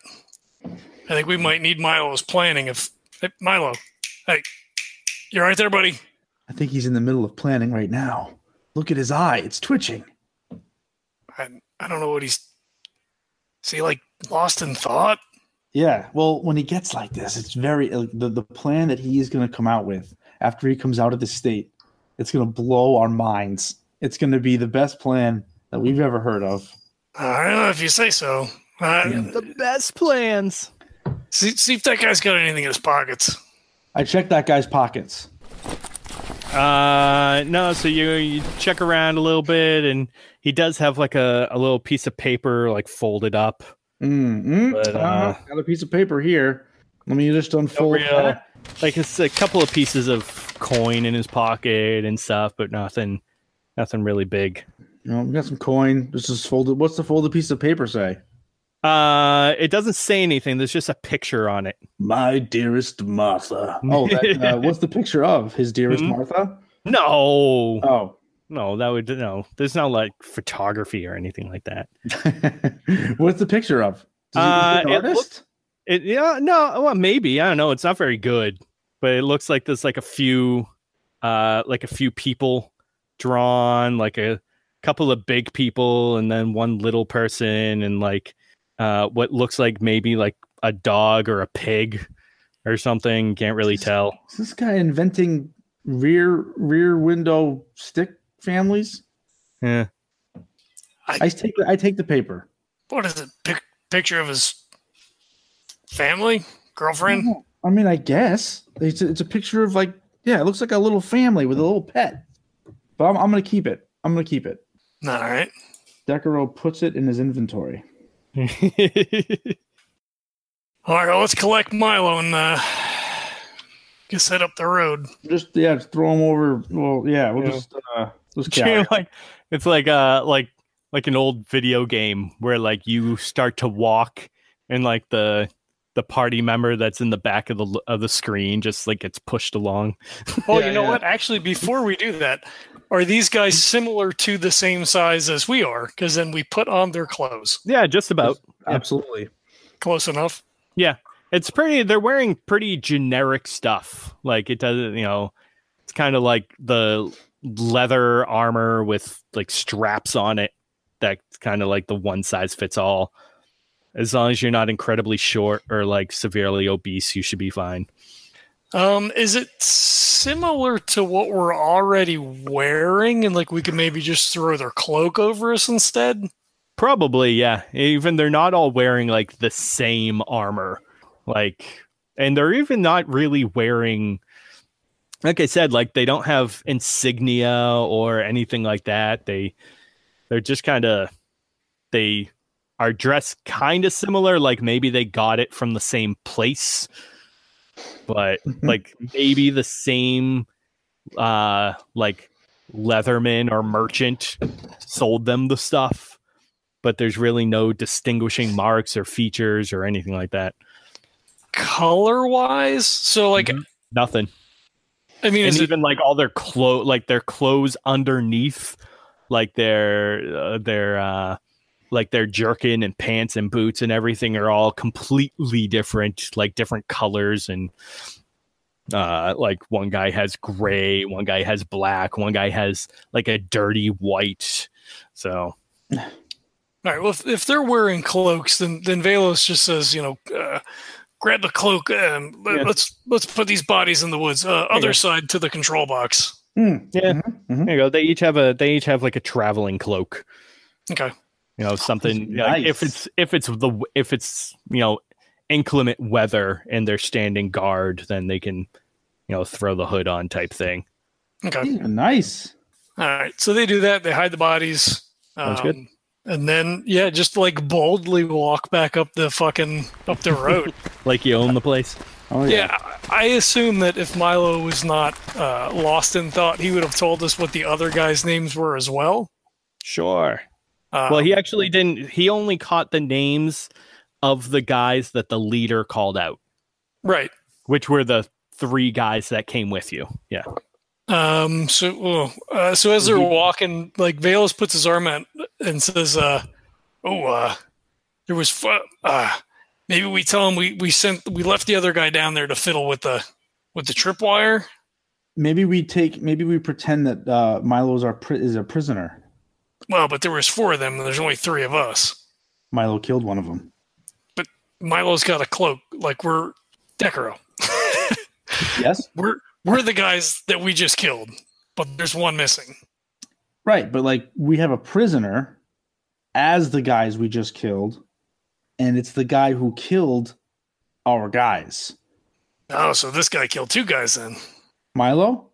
C: I think we might need Milo's planning. If hey, Milo, hey, you're right there, buddy.
D: I think he's in the middle of planning right now. Look at his eye. It's twitching.
C: I, I don't know what he's. Is he like lost in thought?
D: Yeah. Well, when he gets like this, it's very uh, the, the plan that he is going to come out with after he comes out of the state. It's going to blow our minds. It's going to be the best plan that we've ever heard of.
C: I don't know if you say so. Uh,
B: The best plans.
C: see, see if that guy's got anything in his pockets.
D: I checked that guy's pockets.
B: Uh, no. So you you check around a little bit, and he does have like a, a little piece of paper like folded up.
D: Mm-hmm.
B: But, uh, uh,
D: got a piece of paper here. Let me just unfold.
B: real-
D: that.
B: Like it's a couple of pieces of coin in his pocket and stuff, but nothing, nothing really big.
D: You know, we got some coin. This is folded. What's the folded piece of paper say?
B: Uh, it doesn't say anything. There's just a picture on it.
D: My dearest Martha. Oh, that, uh, what's the picture of his dearest
B: Mhm.
D: Martha?
B: No,
D: Oh,
B: no, that would no. There's no like photography or anything like that.
D: what's the picture of? Does
B: Uh, it
D: he look like an artist?
B: It yeah no well maybe I don't know it's not very good but it looks like there's like a few uh like a few people drawn like a couple of big people and then one little person and like uh what looks like maybe like a dog or a pig or something can't really tell
D: Is this guy inventing rear rear window stick families?
B: yeah
D: I take the, I take the paper.
C: What is it? Pic- picture of his family, girlfriend.
D: I mean, I guess it's a, it's a picture of like yeah, it looks like a little family with a little pet. But I'm, I'm gonna keep it. I'm gonna keep it.
C: All right.
D: Decaro puts it in his inventory.
C: All right. Well, let's collect Milo and uh, get set up the road.
D: Just yeah, just throw him over. Well, yeah, we'll
B: Yeah.
D: just uh, just carry.
B: Yeah,
D: him.
B: like it's like uh like like an old video game where like you start to walk and like the the party member that's in the back of the l- of the screen just like gets pushed along.
C: Oh,
D: Yeah,
C: you know
D: yeah.
C: what? Actually, before we do that, are these guys similar to the same size as we are? Because then we put on their clothes.
B: Yeah, just about.
D: Absolutely.
C: Close enough.
B: It's pretty they're wearing pretty generic stuff. Like it doesn't, you know, it's kind of like the leather armor with like straps on it that's kind of like the one size fits all. As long as you're not incredibly short or like severely obese, you should be fine.
C: Um, is it similar to what we're already wearing, and like we could maybe just throw their cloak over us instead?
B: Probably, yeah. Even they're not all wearing like the same armor. Like, and they're even not really wearing, like I said, like they don't have insignia or anything like that. They, they're just kind of, they are dressed kind of similar. Like maybe they got it from the same place, but like maybe the same, uh, like leatherman or merchant sold them the stuff but there's really no distinguishing marks or features or anything like that.
C: Color wise, so like
B: Nothing.
C: I mean,
B: Mm-hmm. And
C: is it
B: even like all their clothes, like their clothes underneath, like their uh, their uh, like their jerkin and pants and boots and everything are all completely different, like different colors and uh like one guy has gray, one guy has black, one guy has like a dirty white. So
C: All right. Well, if, if they're wearing cloaks, then then Velos just says, you know, uh, grab the cloak. Um, let,
B: Yeah.
C: Let's let's put these bodies in the woods. Uh,
B: you
C: other
B: go.
C: side to the control box.
D: Mm,
B: Yeah.
D: mhm, mhm.
B: there you go. They each have a they each have like a traveling cloak.
C: Okay.
B: you know something
D: nice.
B: like, if it's if it's the if it's you know inclement weather and they're standing guard then they can you know throw the hood on type thing
C: Okay.
D: These are Hmm. nice.
C: All right. So they do that. They hide the bodies. Um,
B: Sounds good.
C: And then yeah, just like boldly walk back up the fucking up the road.
B: like you own the place
D: Oh yeah.
C: yeah. I I assume that if Milo was not uh, lost in thought, he would have told us what the other guys' names were as well.
B: sure
C: Uh,
B: well he actually didn't he only caught the names of the guys that the leader called out
C: Right.
B: which were the three guys that came with you. Yeah.
C: Um. So, oh, uh, so as they're
B: Mm-hmm.
C: walking, like Valus puts his arm out and says, "Uh, oh, uh, there was fu- uh, maybe we tell him we we sent we left the other guy down there to fiddle with the with the tripwire.
D: Maybe we take. Maybe we pretend that uh, Milo is our pri- is a prisoner.
C: Well, but there was four of them. and There's only three of us.
D: Milo killed one of them.
C: Milo's got a cloak. Like we're Decaro.
D: Yes.
C: We're we're the guys that we just killed, but there's one missing.
D: Right, but like we have a prisoner as the guys we just killed, and it's the guy who killed our guys.
C: Oh, so this guy killed two guys then?
D: Milo?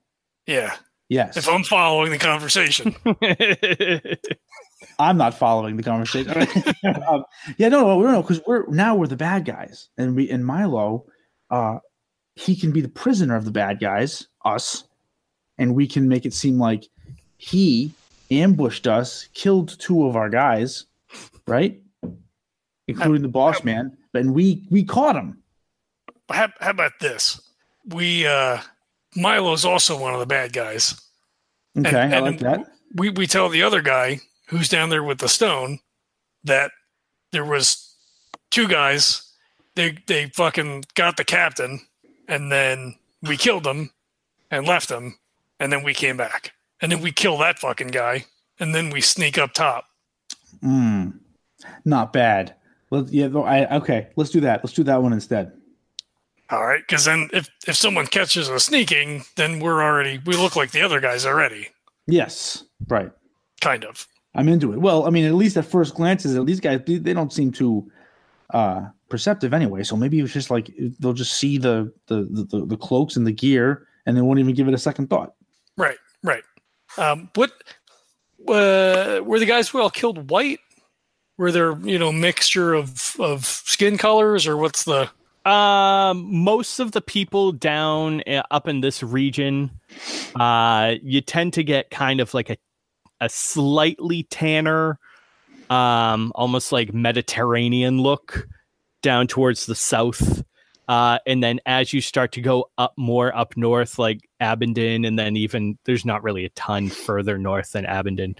C: Yeah.
D: Yes.
C: If I'm following the conversation,
D: I'm not following the conversation. um, yeah, no, no, no, because we're now we're the bad guys, and we and Milo, uh, he can be the prisoner of the bad guys, us, and we can make it seem like he ambushed us, killed two of our guys, right, including the boss man, and we we caught him.
C: how, how about this? We uh Milo's also one of the bad guys.
D: Okay, I
C: and-
D: like that.
C: We we tell the other guy who's down there with the stone that there was two guys. They they fucking got the captain and then we killed him and left him and then we came back. And then we kill that fucking guy and then we sneak up top.
D: Mm, not bad. Let, yeah, though, I, okay, let's do that. Let's do that one instead.
C: All right, because then if if someone catches us sneaking, then we're already we look like the other guys already,
D: Yes, right.
C: kind of.
D: I'm into it. Well, I mean, at least at first glances, at these guys, they they don't seem too uh, perceptive anyway. So maybe it's just like they'll just see the the, the the the cloaks and the gear, and they won't even give it a second thought.
C: Right, right. Um, what uh, were the guys who all killed white? Were there you know mixture of of skin colors or what's the
B: um, most of the people down uh, up in this region, uh, you tend to get kind of like a a slightly tanner, um, almost like Mediterranean look down towards the south. Uh, and then as you start to go up more up north, like Abingdon, and then even there's not really a ton further north than Abingdon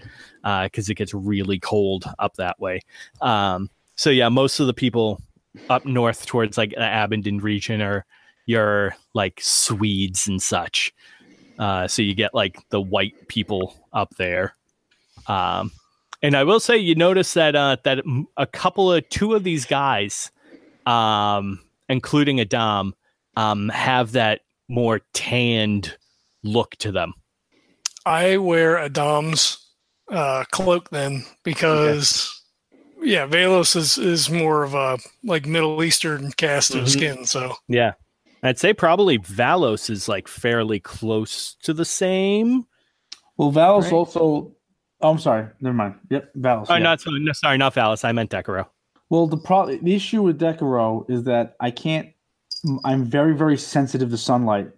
B: because it gets really cold up that way. Um, so, yeah, most of the people up north towards like the Abingdon region are your like Swedes and such. Uh, so you get like the white people up there. Um, and I will say you notice that uh, that m- a couple of two of these guys, um, including Adam, um, have that more tanned look to them.
C: I wear Adam's uh, cloak then because yeah, Velos is is more of a like Middle Eastern cast of
A: Mhm.
C: skin, so
B: Yeah. I'd say probably Valos is like fairly close to the same.
D: Well, Val's
B: Right.
D: also. Oh, I'm sorry. Never mind. Yep, Val's.
B: Oh,
D: yeah.
B: not sorry, no, sorry, not Valos. I meant Decaro.
D: Well, the pro- the issue with Decaro is that I can't. I'm very very sensitive to sunlight.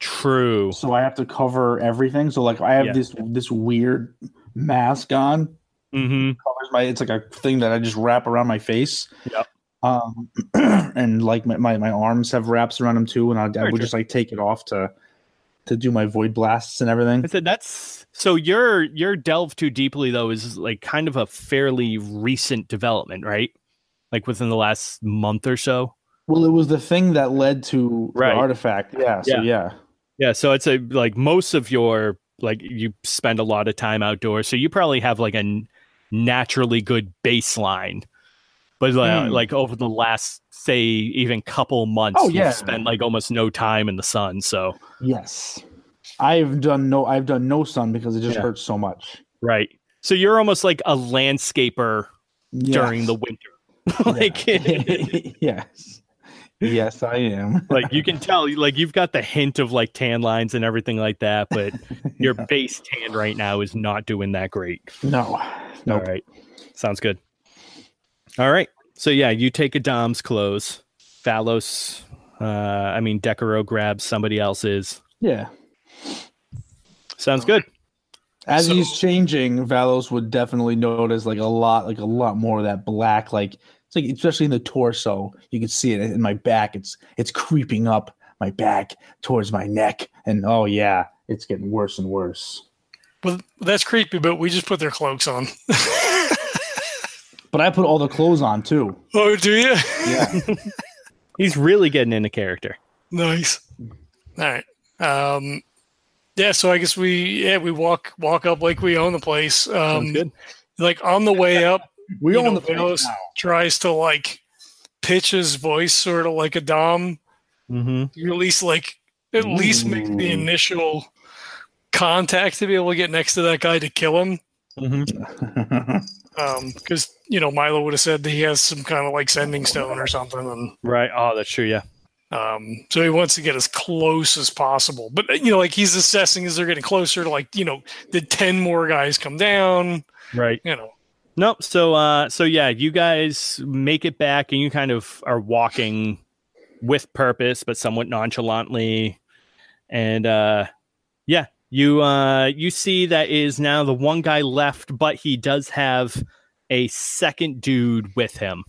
B: True.
D: so I have to cover everything. So like I have
B: Yeah.
D: this this weird mask on
B: Mm-hmm.
D: covers my it's like a thing that I just wrap around my face.
B: Yep.
D: Um, and like my, my my arms have wraps around them too, and I, I
B: Sure,
D: would
B: sure.
D: just like take it off to to do my void blasts and everything.
B: I said that's so your your delve too deeply though is like kind of a fairly recent development, right? Like within the last month or so.
D: Well, it was the thing that led to
B: Right.
D: the artifact. Yeah. So
B: Yeah.
D: yeah.
B: Yeah, so it's a like most of your like you spend a lot of time outdoors, so you probably have like a n- naturally good baseline. But like,
D: Hmm.
B: like over the last say even couple months,
D: Oh,
B: you've
D: yeah.
B: spent like almost no time in the sun. So
D: Yes. I've done no I've done no sun because it just
B: Yeah.
D: hurts so much.
B: right, so you're almost like a landscaper during the winter. like
D: Yes. yes. Yes, I am.
B: like you can tell like you've got the hint of like tan lines and everything like that but your base tan right now is not doing that great
D: No. No.
B: all right sounds good all right so yeah you take a dom's clothes phalos uh i mean decaro grabs somebody else's
D: Yeah.
B: sounds good
D: As
C: So-
D: he's changing, Valos would definitely notice like a lot, like a lot more of that black. Like it's like especially in the torso, you can see it in my back. It's it's creeping up my back towards my neck, and oh yeah, it's getting worse and worse.
C: Well, that's creepy, but we just put their cloaks on.
D: But I put all the clothes on too.
C: oh, do you?
D: Yeah,
B: He's really getting into character.
C: Nice. Mm-hmm. All right. Um, yeah. So I guess we yeah we walk walk up like we own the place.
B: Sounds
C: Um,
B: good.
C: Like on the way up,
D: we
C: You know,
D: own the place
C: Valos-
D: now.
C: tries to like pitch his voice sort of like a dom.
B: Mm-hmm.
C: You at least like at least make the
D: Ooh.
C: initial contact to be able to get next to that guy to kill him.
B: Mm-hmm.
C: because you know Milo would have said that he has some kind of like sending stone or something, and
B: Right. Oh, that's true. Yeah.
C: um, so he wants to get as close as possible. But you know, like he's assessing as they're getting closer to like you know, did ten more guys come down?
B: Right.
C: You know,
B: Nope. So, uh, so yeah, you guys make it back, and you kind of are walking with purpose, but somewhat nonchalantly. And uh, yeah, you uh, you see that is now the one guy left, but he does have a second dude with him.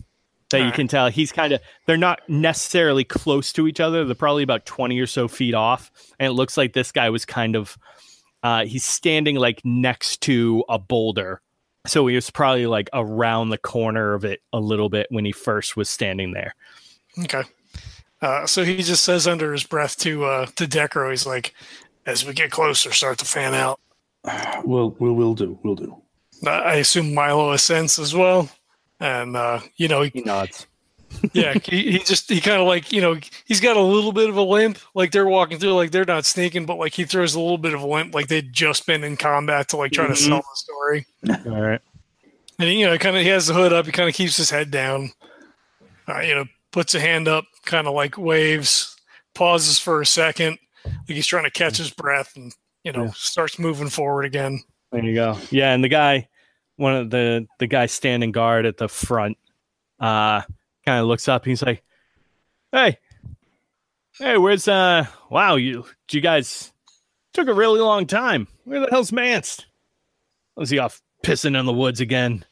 B: That you
C: Alright.
B: can tell he's kind of they're not necessarily close to each other. They're probably about twenty or so feet off, and it looks like this guy was kind of uh, he's standing like next to a boulder so he was probably like around the corner of it a little bit when he first was standing there.
C: okay. Uh, so he just says under his breath to uh, to Decro, he's like, as we get closer, start to fan out.
D: We'll we'll we'll do we'll do.
C: Uh, I assume Milo assents as well, and uh, you know he
B: He nods.
C: yeah, he, he just he kind of like you know he's got a little bit of a limp. Like they're walking through, like they're not sneaking, but like he throws a little bit of a limp, like they'd just been in combat to like try to sell the story.
B: All right.
C: And you know, kind of he has the hood up, he kind of keeps his head down. Uh, you know, puts a hand up, kind of like waves, pauses for a second, like he's trying to catch his breath, and you know
B: Yeah.
C: starts moving forward again.
B: There you go. Yeah, and the guy, one of the the guy standing guard at the front, uh, kind of looks up. And he's like, "Hey, hey, where's uh? Wow, you you guys took a really long time. Where the hell's Mance? Was he off pissing in the woods again?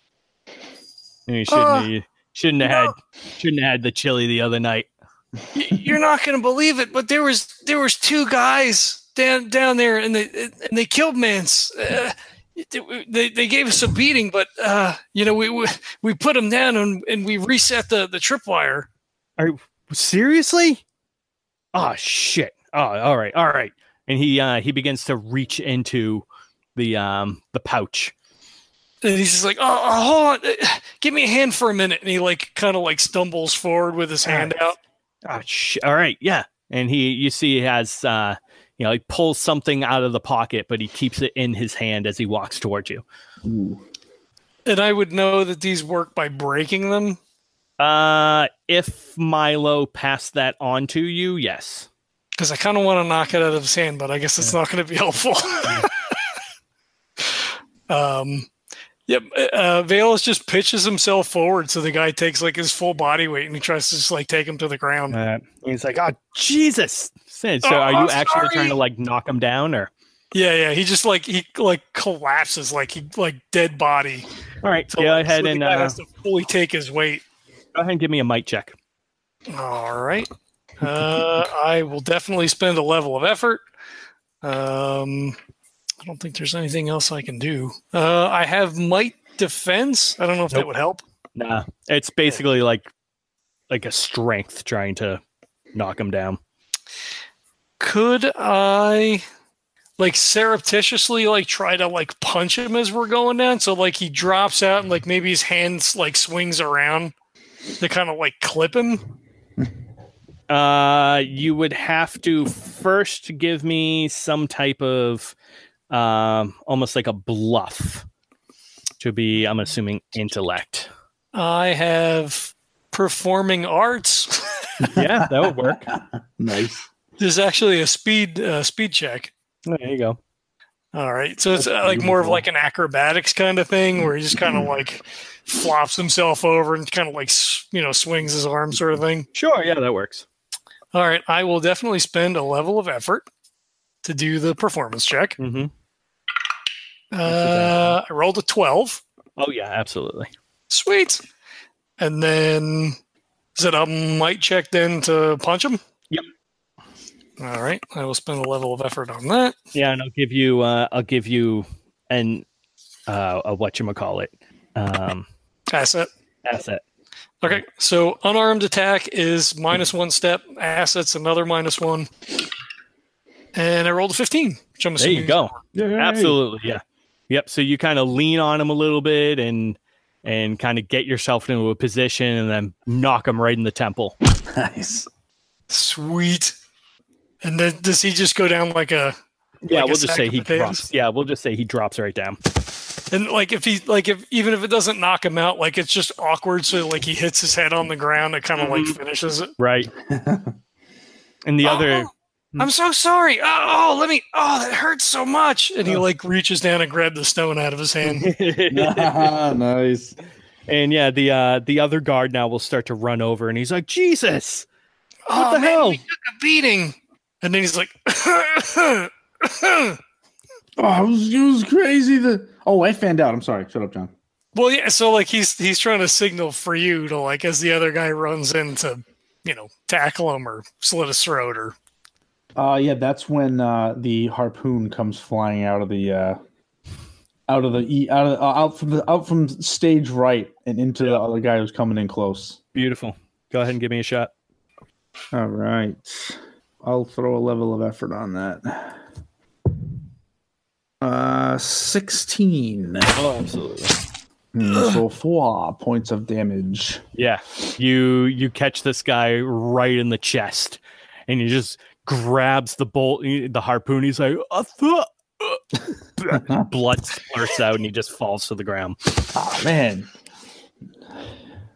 B: And he shouldn't
C: Uh,
B: have, shouldn't have
C: no.
B: had shouldn't have had the chili the other night.
C: Y- you're not going to believe it, but there was there was two guys down down there, and they and they killed Mance. Uh, they they gave us a beating, but uh, you know we we, we put them down and, and we reset the the tripwire.
B: seriously oh shit oh all right all right and he uh he begins to reach into the um the pouch
C: And he's just like, oh, oh, hold on, Uh, give me a hand for a minute. And he like kind of like stumbles forward with his hand out.
B: oh sh- all right yeah and he you see he has uh you know he pulls something out of the pocket but he keeps it in his hand as he walks towards you
D: Ooh.
C: And I would know that these work by breaking them.
B: uh if milo passed that on to you yes
C: because I kind of want to knock it out of his hand, but I guess it's not going to be helpful. um, yep. Uh, Valus just pitches himself forward, so the guy takes like his full body weight and he tries to just like take him to the ground.
B: uh, he's like oh jesus so
C: Oh,
B: are you
C: I'm
B: actually trying
C: sorry.
B: to like knock him down or
C: Yeah, yeah. He just like he like collapses, like he like dead body.
B: all right
C: So,
B: go
C: like,
B: ahead
C: so
B: and
C: the guy
B: uh,
C: has to fully take his weight.
B: go ahead and give me a mic check
C: All right. Uh, I will definitely spend a level of effort. Um, I don't think there's anything else I can do. Uh, I have might defense. I don't know if that
B: Nope.
C: would help.
B: Nah, it's basically like like a strength trying to knock him down.
C: Could I like surreptitiously like try to like punch him as we're going down? So like he drops out and like maybe his hands like swings around to kind of like clip him.
B: Uh, you would have to first give me some type of um, almost like a bluff to be. I'm assuming intellect.
C: I have performing arts.
B: Yeah, that would work.
D: Nice.
C: There's actually a speed uh, speed check.
B: there you go.
C: All right. So it's uh, like more of
D: beautiful.
C: like an acrobatics kind of thing where he just kind of like flops himself over and kind of like, s- you know, swings his arm sort of thing.
B: Sure. Yeah, that works.
C: All right. I will definitely spend a level of effort to do the performance check.
B: Mm-hmm.
C: Uh, I rolled a 12.
B: Oh yeah, absolutely.
C: Sweet. And then is it a might check then to punch him?
B: Yep.
C: All right. I will spend a level of effort on that.
B: Yeah, and I'll give you uh I'll give you an uh a whatchamacallit um
C: Asset.
B: asset.
C: Okay. So unarmed attack is minus one step. Assets another minus one. And I rolled a 15, which I'm
B: There
C: assuming.
B: you go. Absolutely, yeah. Yep. So you kind of lean on him a little bit and and kind of get yourself into a position and then knock him right in the temple.
D: Nice.
C: Sweet. And then does he just go down like a
B: Yeah,
C: Like
B: we'll
C: a
B: just
C: sack
B: say
C: of
B: he
C: potatoes?
B: drops. Yeah, we'll just say he drops right down.
C: And like if he like if even if it doesn't knock him out, like it's just awkward. So like he hits his head on the ground, it kind of like finishes it.
B: Right. and the other
C: Oh, I'm so sorry. Oh, oh, let me. Oh, that hurts so much. And
B: Oh.
C: he like reaches down and grabs the stone out of his hand.
D: nice.
B: and yeah, the uh the other guard now will start to run over and he's like, Jesus,
C: oh,
B: what the
C: man,
B: hell?
C: we took a beating. And then he's like,
D: Oh, it was, it was crazy. The oh, I fanned out. I'm sorry. Shut up, John.
C: well, yeah. So like he's he's trying to signal for you to like as the other guy runs in to you know tackle him or slit his throat or
D: Uh, yeah, that's when uh, the harpoon comes flying out of the uh, out of the e- out of uh, out from the out from stage right and into the other guy who's coming in close.
B: Beautiful. Go ahead and give me a shot.
D: All right, I'll throw a level of effort on that. Uh, sixteen.
B: Oh, absolutely.
D: Hmm, so four points of damage.
B: Yeah. You you catch this guy right in the chest and he just grabs the bolt the harpoon. He's like, "Uh, th- uh," blood splurts out and he just falls to the ground.
D: Oh man,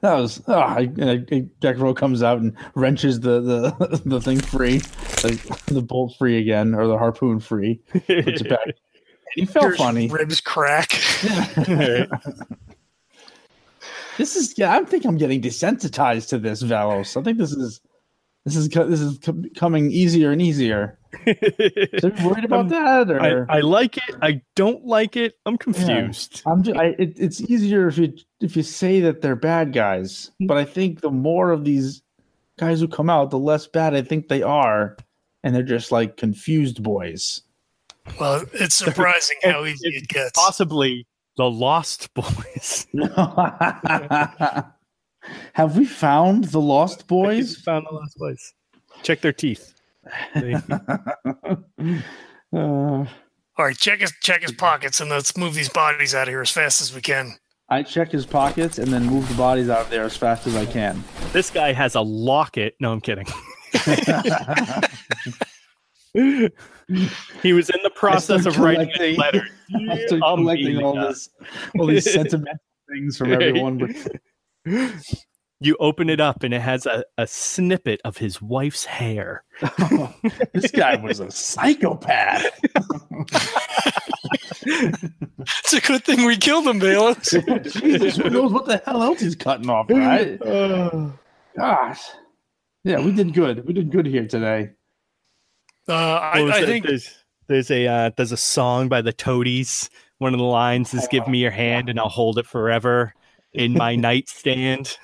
D: that was. Oh, I, I, I, Decro comes out and wrenches the the, the thing free, like, the bolt free again, or the harpoon free. Puts it back. And he felt
C: Hears
D: funny.
C: ribs crack.
D: This is. Yeah, I think I'm getting desensitized to this, Valos. I think this is. This is co- this is co- coming easier and easier. Is everyone worried about that,
B: I,
D: or
B: I like it. I don't like it. I'm confused.
D: I'm just, I, it, it's easier if you if you say that they're bad guys, but I think the more of these guys who come out, the less bad I think they are, and they're just like confused boys.
C: Well, it's surprising how easy it gets.
B: Possibly the Lost Boys.
D: Have we found the lost boys?
B: found the Lost Boys. Check their teeth. They-
D: Uh,
C: All right, check his check his pockets and let's move these bodies out of here as fast as we can.
D: I check his pockets and then move the bodies out of there as fast as I can.
B: this guy has a locket. No, I'm kidding. he was in the process of writing a
D: collecting-
B: letter.
D: I'm still
B: I'm
D: collecting
B: beating
D: all
B: up.
D: this, all these sentimental things from everyone. But
B: You open it up and it has a, a snippet of his wife's hair.
D: this guy was a psychopath.
C: It's a good thing we killed him, Balos.
D: Jesus, who knows what the hell else he's cutting off, right? Gosh. Yeah, we did good. We did good here today.
C: Uh, I,
B: What was
C: I
B: it?
C: think
B: there's, there's a uh, there's a song by the Toadies. One of the lines is "Give me your hand and I'll hold it forever in my nightstand."
D: Sick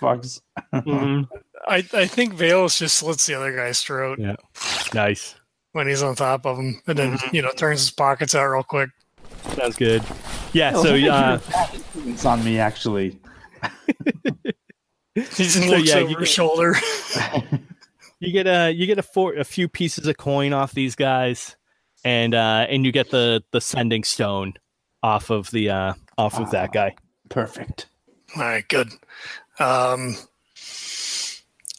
D: fucks.
C: Mm-hmm.
B: Mhm.
C: I, I think Balos just slits the other guy's throat
B: Yeah. Nice,
C: when he's on top of him, and then
B: Mm-hmm.
C: you know turns his pockets out real quick.
B: sounds good. Yeah, so
C: Oh.
B: uh,
D: It's on me, actually.
C: He just
B: So,
C: looks
B: yeah, you
C: over his
B: get-
C: shoulder.
B: you get a you get a four a few pieces of coin off these guys and uh and you get the the sending stone off of the uh off of
C: Ah.
B: that guy
D: Perfect.
C: All right, good. Um,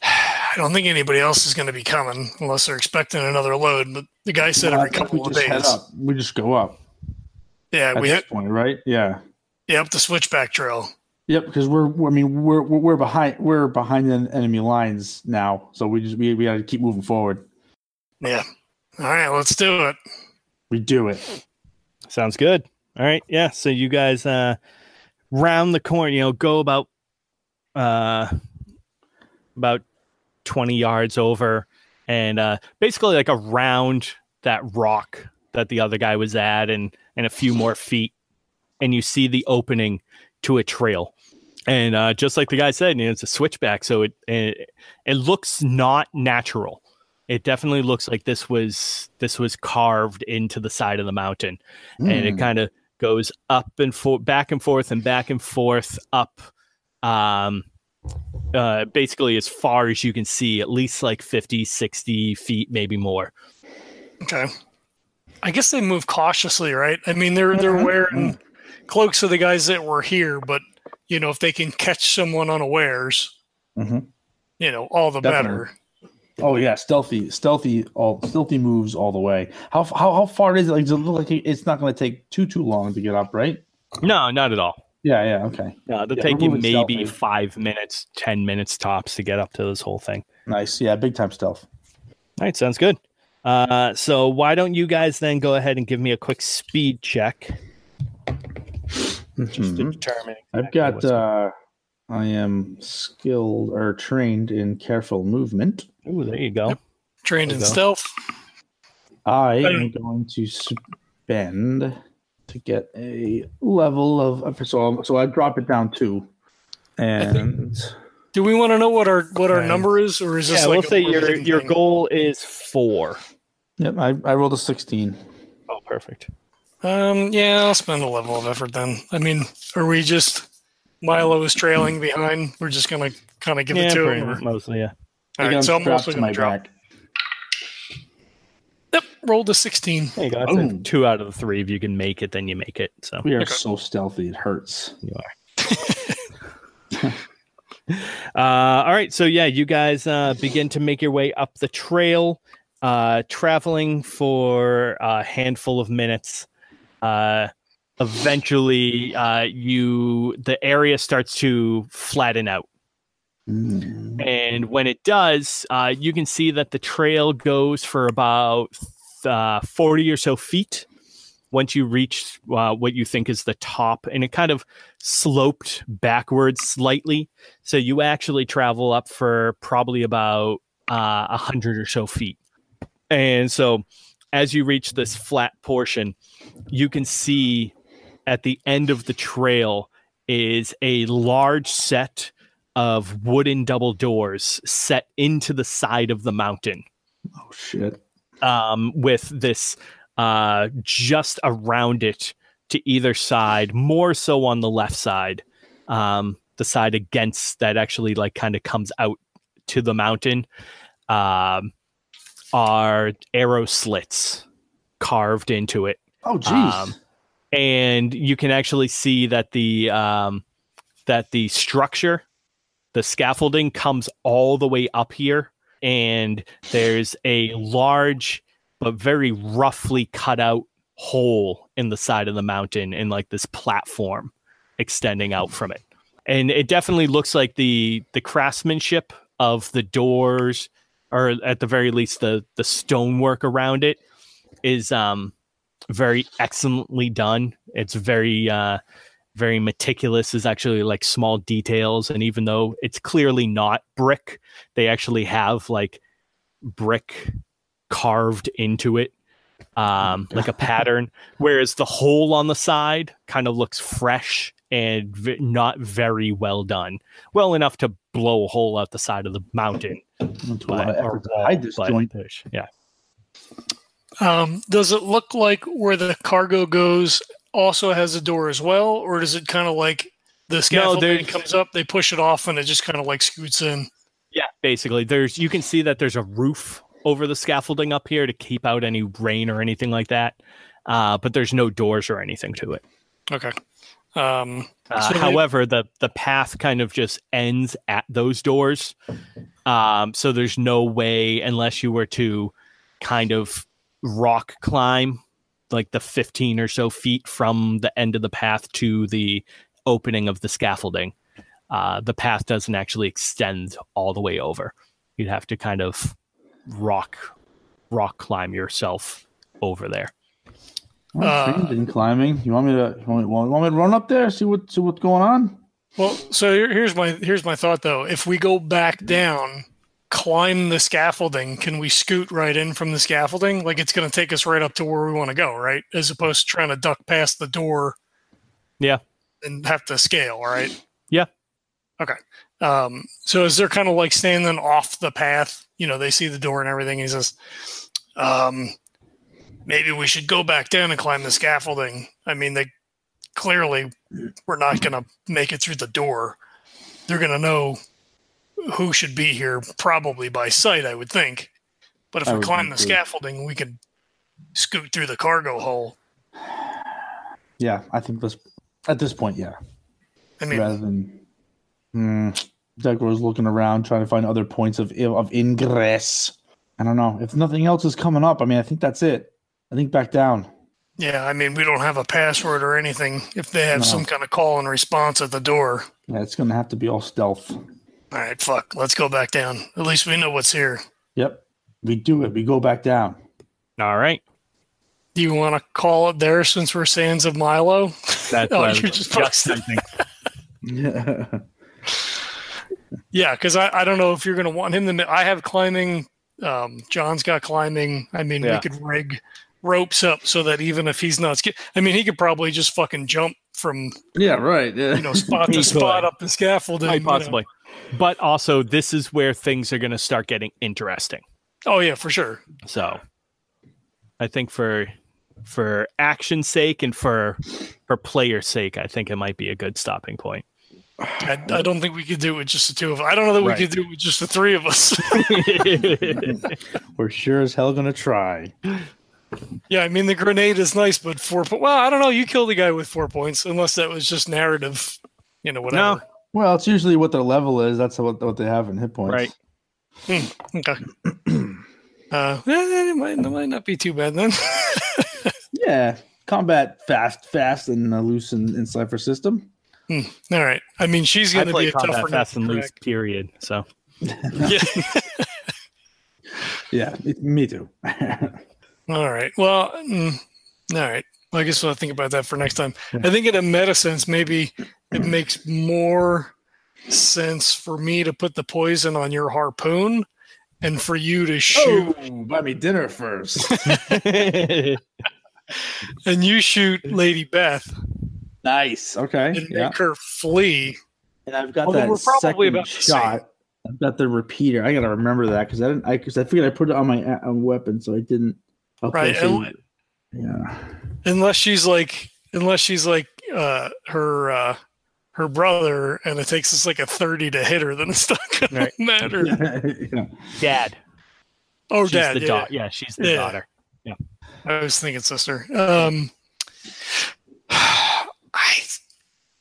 C: I don't think anybody else is going to be coming unless they're expecting another load. But the guy said
D: Well, I
C: every
D: think
C: couple
D: we
C: of
D: just head
C: days.
D: up. We just go up
C: Yeah,
D: at
C: we
D: this
C: hit
D: point, right? Yeah.
C: yeah, up the switchback trail.
D: Yep, because we're, we're- I mean we're we're we're behind we're behind the enemy lines now, so we just we, we got to keep moving forward.
C: Yeah. All right, let's do it.
D: We do it.
B: sounds good all right yeah so you guys uh round the corner you know go about uh about 20 yards over and uh basically like around that rock that the other guy was at and and a few more feet and you see the opening to a trail and uh, just like the guy said you know, it's a switchback so it, it it looks not natural it definitely looks like this was this was carved into the side of the mountain and it
D: Hmm.
B: kind of goes up and for back and forth and back and forth up um uh basically as far as you can see at least like 50 60 feet maybe more
C: Okay. I guess they move cautiously, right? I mean, they're they're
D: Mhm.
C: wearing cloaks of the guys that were here, but you know, if they can catch someone unawares,
D: Mhm.
C: you know, all the
D: Definitely.
C: better.
D: Oh yeah, stealthy, stealthy, all stealthy moves all the way. How how, how far is it? Like, does it look like it- it's not going to take too too long to get up, right?
B: no not at all
D: Yeah, yeah, okay,
B: no they'll
D: Yeah,
B: take
D: we're
B: you
D: moving
B: maybe
D: stealthy.
B: five minutes ten minutes tops to get up to this whole thing
D: nice. Yeah, big time stealth.
B: all right sounds good uh so why don't you guys then go ahead and give me a quick speed check just to
D: Mhm.
B: determine
D: I've
B: Mm-hmm. exactly
D: got.
B: what's going-
D: uh I am skilled or trained in careful movement.
B: Ooh, there you go
C: Trained
B: There
C: in
B: you go.
C: stealth.
D: I am
C: Um,
D: going to spend to get a level of so so I drop it down two, and
C: Do we want to know what our what our
D: Okay.
C: number is, or is this
B: yeah
C: like
B: we'll
C: a
B: say your
C: riveting
B: your
C: thing?
B: goal is four.
D: yep, I, I rolled a sixteen.
B: Oh, perfect
C: Um, yeah, I'll spend a level of effort then. I mean, are we just Milo is trailing behind? We're just gonna kind of give it to
B: pretty
C: him.
B: much,
C: or-
B: mostly yeah
C: All right,
D: got
C: so I'm
D: strapped
C: mostly
D: to
C: gonna drop.
D: back.
C: Yep, rolled a sixteen.
B: There you go. That's a
D: Boom.
B: two out of the three. If you can make it, then you make it. So
D: We are
C: Okay.
D: so stealthy, it hurts.
B: Uh, all right, so yeah, you guys uh, begin to make your way up the trail, uh, traveling for a handful of minutes. Uh, eventually, uh, you the area starts to flatten out,
D: Mm.
B: and when it does, uh, you can see that the trail goes for about uh, forty or so feet. Once you reach uh, what you think is the top, and it kind of sloped backwards slightly, so you actually travel up for probably about uh, a hundred or so feet. And so, as you reach this flat portion, you can see at the end of the trail is a large set of wooden double doors set into the side of the mountain
D: Oh shit!
B: um, with this uh, just around it to either side, more so on the left side, um, the side against that actually like kind of comes out to the mountain, um, are arrow slits carved into it
D: Oh jeez!
B: Um, and you can actually see that the um, that the structure, the scaffolding comes all the way up here, and there's a large but very roughly cut out hole in the side of the mountain, and like this platform extending out from it. And it definitely looks like the the craftsmanship of the doors, or at the very least the the stonework around it, is um very excellently done. It's very uh very meticulous. There's actually like small details and even though it's clearly not brick, they actually have like brick carved into it. Um like a pattern whereas the hole on the side kind of looks fresh and v- not very well done. Well enough to blow a hole out the side of the mountain.
D: I'm doing a lot
B: But,
D: of
B: or
D: effort to
B: wall,
D: hide this
B: but
D: joint.
B: there's- yeah.
C: Um, does it look like where the cargo goes also has a door as well, or does it kind of like the scaffolding
B: there's-
C: comes up, they push it off, and it just kind of like scoots in?
B: Yeah, basically, there's you can see that there's a roof over the scaffolding up here to keep out any rain or anything like that. Uh, but there's no doors or anything to it.
C: Okay. Um,
B: Uh,
C: So they-
B: however, the the path kind of just ends at those doors. Um, so there's no way unless you were to kind of rock climb like the 15 or so feet from the end of the path to the opening of the scaffolding. Uh, the path doesn't actually extend all the way over. You'd have to kind of rock rock climb yourself over there.
D: I'm trained
C: Uh,
D: in climbing. You want me to? You want me, want me to run up there? See what? See what's going on?
C: well, so here, here's my here's my thought though. If we go back down, climb the scaffolding, can we scoot right in from the scaffolding? Like it's going to take us right up to where we want to go, right? As opposed to trying to duck past the door.
B: Yeah.
C: And have to scale, right?
B: Yeah.
C: Okay. Um, so as they're kind of like standing off the path, you know, they see the door and everything. He says, um, maybe we should go back down and climb the scaffolding. I mean, they clearly we're not going to make it through the door. They're going to know who should be here probably by sight, I would think. But if
D: I
C: we
D: would
C: climb the
D: agree.
C: scaffolding, we could scoot through the cargo hole.
D: Yeah, I think this at this point, yeah.
C: I mean,
D: Rather than Hmm. Decor's looking around trying to find other points of of ingress. I don't know. If nothing else is coming up, I mean I think that's it. I think back down.
C: yeah, I mean, we don't have a password or anything. If they have
D: No.
C: some kind of call and response at the door,
D: Yeah, it's gonna have to be all stealth.
C: all right, fuck, let's go back down. At least we know what's here.
D: Yep. We do it. We go back down.
B: All right.
C: Do you want to call it there since we're Sands of Milo?
B: That's
C: Oh,
B: what I was
C: you're just
B: just
C: fucking-
B: thinking.
C: Yeah, because I, I don't know if you're going to want him to. ma- I have climbing. Um, John's got climbing. I mean,
B: Yeah.
C: we could rig ropes up so that even if he's not, sca- I mean, he could probably just fucking jump from
D: yeah, right. Yeah.
C: you know spot
B: He
C: to spot
B: could.
C: up the scaffolding.
B: Quite
C: you know.
B: possibly. But also, this is where things are going to start getting interesting.
C: Oh yeah, for sure.
B: So, I think for for action's sake and for for player's sake, I think it might be a good stopping point.
C: I, I don't think we could do it with just the two of. I don't know that we
B: Right.
C: could do it with just the three of us.
D: We're sure as hell gonna try.
C: yeah, I mean the grenade is nice, but four. Po- well, I don't know. You killed a guy with four points, unless that was just narrative. You know, whatever.
D: Well, it's usually what their level is. That's what, what they have in hit points.
B: Right.
C: Hmm, Okay. Uh, eh, it might, it might not be too bad then.
D: Yeah. Combat fast, fast, and uh, loose in, in Cypher system.
C: All right. I mean, she's
B: I
C: going to be
B: play
C: a
B: combat
C: tougher nut
B: fast
C: to
B: and loose.
C: crack.
B: Period. So
D: Yeah, me- me too.
C: All right. Well, mm, all right. Well, I guess we'll think about that for next time. I think in a meta sense, maybe it makes more sense for me to put the poison on your harpoon and for you
B: Oh.
C: to shoot
D: Oh, buy me dinner first.
C: and you shoot Lady Beth
D: nice. Okay.
C: and
D: Yeah.
C: make her flee.
D: And I've got
C: Although
D: that
C: we're probably
D: second
C: about the same.
D: shot. I've got the repeater. I gotta remember that because I didn't. I because I figured I put it on my uh, on weapon, so I didn't. Okay,
C: Right,
D: so
C: and-
D: you- yeah.
C: unless she's like unless she's like uh her uh her brother and it takes us like a 30 to hit her then it's not gonna
B: Right.
C: matter
D: yeah.
B: dad.
C: oh
B: she's
C: dad
B: the
C: yeah,
B: daughter. Yeah, she's the
C: Yeah.
B: daughter.
C: i was thinking sister um i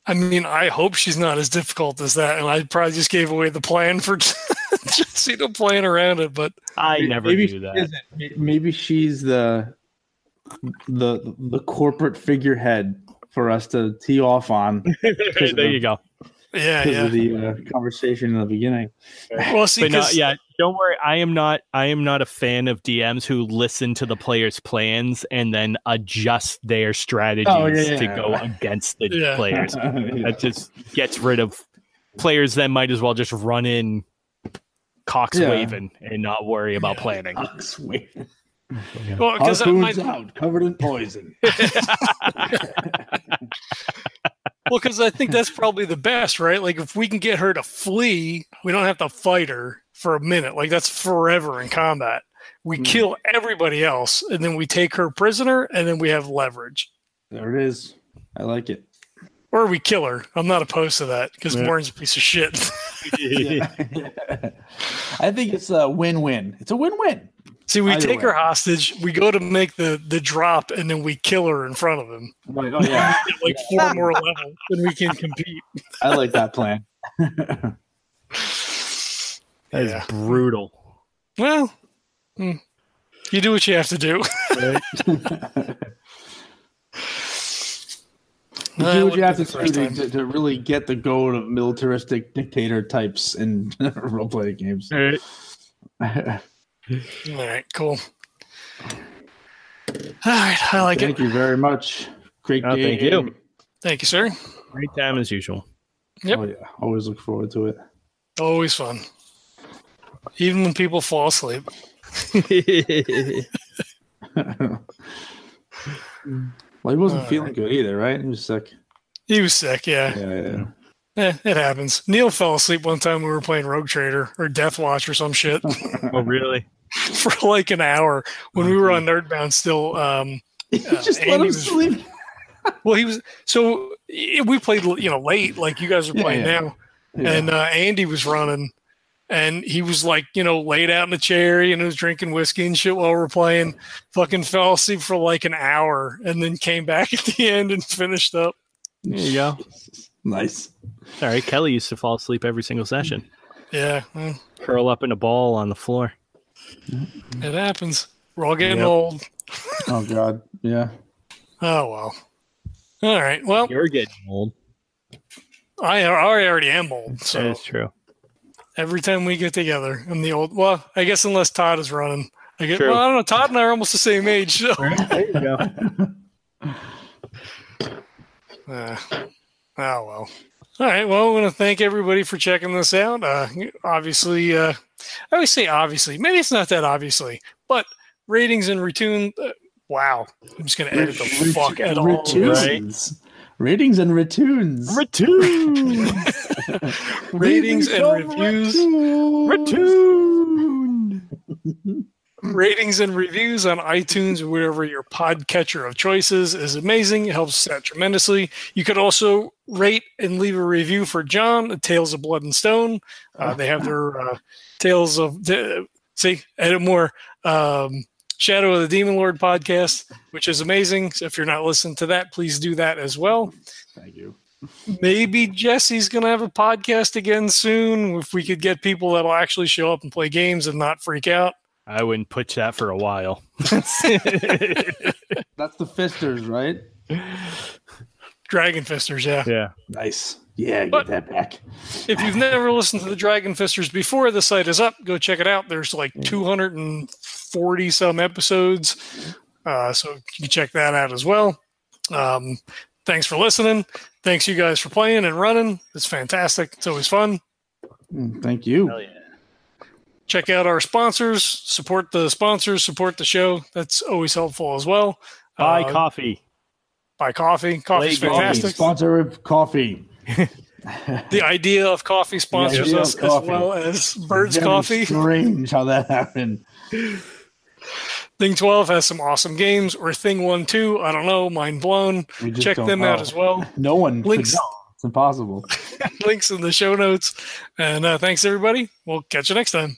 C: i mean i hope she's not as difficult as that and i probably just gave away the plan for jesse to playing around it but
B: I never
D: maybe
B: knew
D: she
B: that.
D: isn't. May- Maybe she's the the the corporate figurehead for us to tee off on
B: there you go.
C: yeah
D: because
C: yeah
D: of the uh, conversation in the beginning.
C: well see
B: But no,
C: 'cause-
B: yeah, don't worry. I am not. I am not a fan of DMs who listen to the player's plans and then adjust
C: Oh,
B: their strategies to
D: yeah.
B: go against the
C: Yeah.
B: players. That just gets rid of players. That might as well just run in, cocks
D: Yeah.
B: waving, and not worry about planning.
D: Ox waving.
C: well, Oh, 'cause that might-
D: Harpoons out, covered in poison.
C: Well, because I think that's probably the best, right? Like, if we can get her to flee, we don't have to fight her for a minute. Like, that's forever in combat. We
D: Hmm.
C: kill everybody else, and then we take her prisoner, and then we have leverage.
D: there it is. I like it.
C: Or we kill her. I'm not opposed to that because
D: Yeah.
C: Warren's a piece of shit.
D: I think it's a win-win. It's a win-win.
C: See, we
D: Either
C: take her
D: way.
C: hostage, we go to make the the drop, and then we kill her in front of him.
D: oh yeah,
C: Get, Like four more levels, and we can compete.
D: I like that plan.
B: That is
C: Yeah.
B: brutal.
C: Well, hmm. you do what you have to do.
D: You
C: I
D: do what
C: wouldn't
D: you have
C: do
D: to
C: the first
D: do
C: time.
D: to, to really get the goal of militaristic dictator types in role-playing games.
F: uh,
C: All right, cool. All right, I like
D: Thank
C: it.
D: you very much. Great
B: Oh,
D: game.
B: thank you.
C: Thank you, sir.
B: Great time as usual.
C: Yep.
D: Oh yeah, always look forward to it.
C: Always fun. Even when people fall asleep. Mm.
D: Well, he wasn't
C: All
D: feeling good either, right? He was sick.
C: He was sick, yeah.
D: Yeah, yeah.
C: Eh, it happens. Neil fell asleep one time we were playing Rogue Trader or Death Watch or some shit
B: oh, really?
C: for like an hour when we were on
D: Mm-hmm.
C: Nerdbound still. Um,
D: He
C: Uh,
D: just
C: and
D: let
C: he
D: him
C: was-
D: sleep.
C: well, he was so eh, we played you know late like you guys are
D: Yeah,
C: playing
D: yeah.
C: now.
D: Yeah.
C: and uh, Andy was running, and he was like, you know, laid out in the chair, you know, drinking whiskey and shit while we we're playing. Fucking fell asleep for like an hour, and then came back at the end and finished up.
B: There you go.
D: nice.
B: Sorry, Kelly used to fall asleep every single session,
C: Yeah, well,
B: curl up in a ball on the floor.
C: it happens. We're all getting
B: Mm-hmm. Yep.
C: old.
D: Oh God. Yeah.
C: Oh well. All right. Well,
B: You're getting old.
C: I, I already am old,
B: that
C: so
B: is true.
C: every time we get together, I'm the old. Well, I guess unless Todd is running, I get.
B: True.
C: Well, I don't know. Todd and I are almost the same age. So.
B: There you go.
C: Uh, oh well. All right. Well, I want to thank everybody for checking this out. Uh, obviously, uh, I always say obviously. Maybe it's not that obviously, but ratings and retune. Uh, wow, I'm just gonna edit the
D: Ret-
C: fuck out of all of
D: Ratoons.
C: this.
D: Ratings and retunes.
B: Ratoon.
C: Ratings and reviews.
B: Ratoon.
C: ratings and reviews on iTunes or whatever your podcatcher of choices is amazing. It helps us out tremendously. You could also rate and leave a review for John, at Tales of Blood and Stone. Uh, they have their uh, Tales of, t- see, edit more, um, Shadow of the Demon Lord podcast, which is amazing. So if you're not listening to that, please do that as well.
D: Thank you.
C: Maybe Jesse's going to have a podcast again soon if we could get people that'll actually show up and play games and not freak out.
B: I wouldn't put that for a while.
D: That's the fisters, right?
C: Dragon Fisters, yeah.
B: yeah.
D: Nice. Yeah,
C: But-
D: get that back.
C: If you've never listened to the Dragon Fisters before, the site is up. Go check it out. There's like 240 some episodes. Uh, so you can check that out as well. Um, thanks for listening. Thanks, you guys, for playing and running. It's fantastic. It's always fun.
D: Mm, Thank you.
B: Hell yeah.
C: Check out our sponsors. Support the sponsors. Support the show. That's always helpful as well.
B: Buy
C: Uh,
B: coffee.
C: buy coffee. Coffee's
B: Play games.
D: Coffee.
C: fantastic.
D: Sponsor of coffee.
C: The idea of coffee sponsors
D: idea of
C: us
D: coffee.
C: as well as Bird's
D: Very
C: Coffee.
D: Strange how that happened.
C: Thing 12 has some awesome games, or Thing 1 2, I don't know, mind blown.
D: We just
C: Check
D: don't
C: them out
D: know.
C: as well.
D: No one could
C: Links.
D: know. It's impossible.
C: Links in the show notes. And uh, thanks, everybody. We'll catch you next time.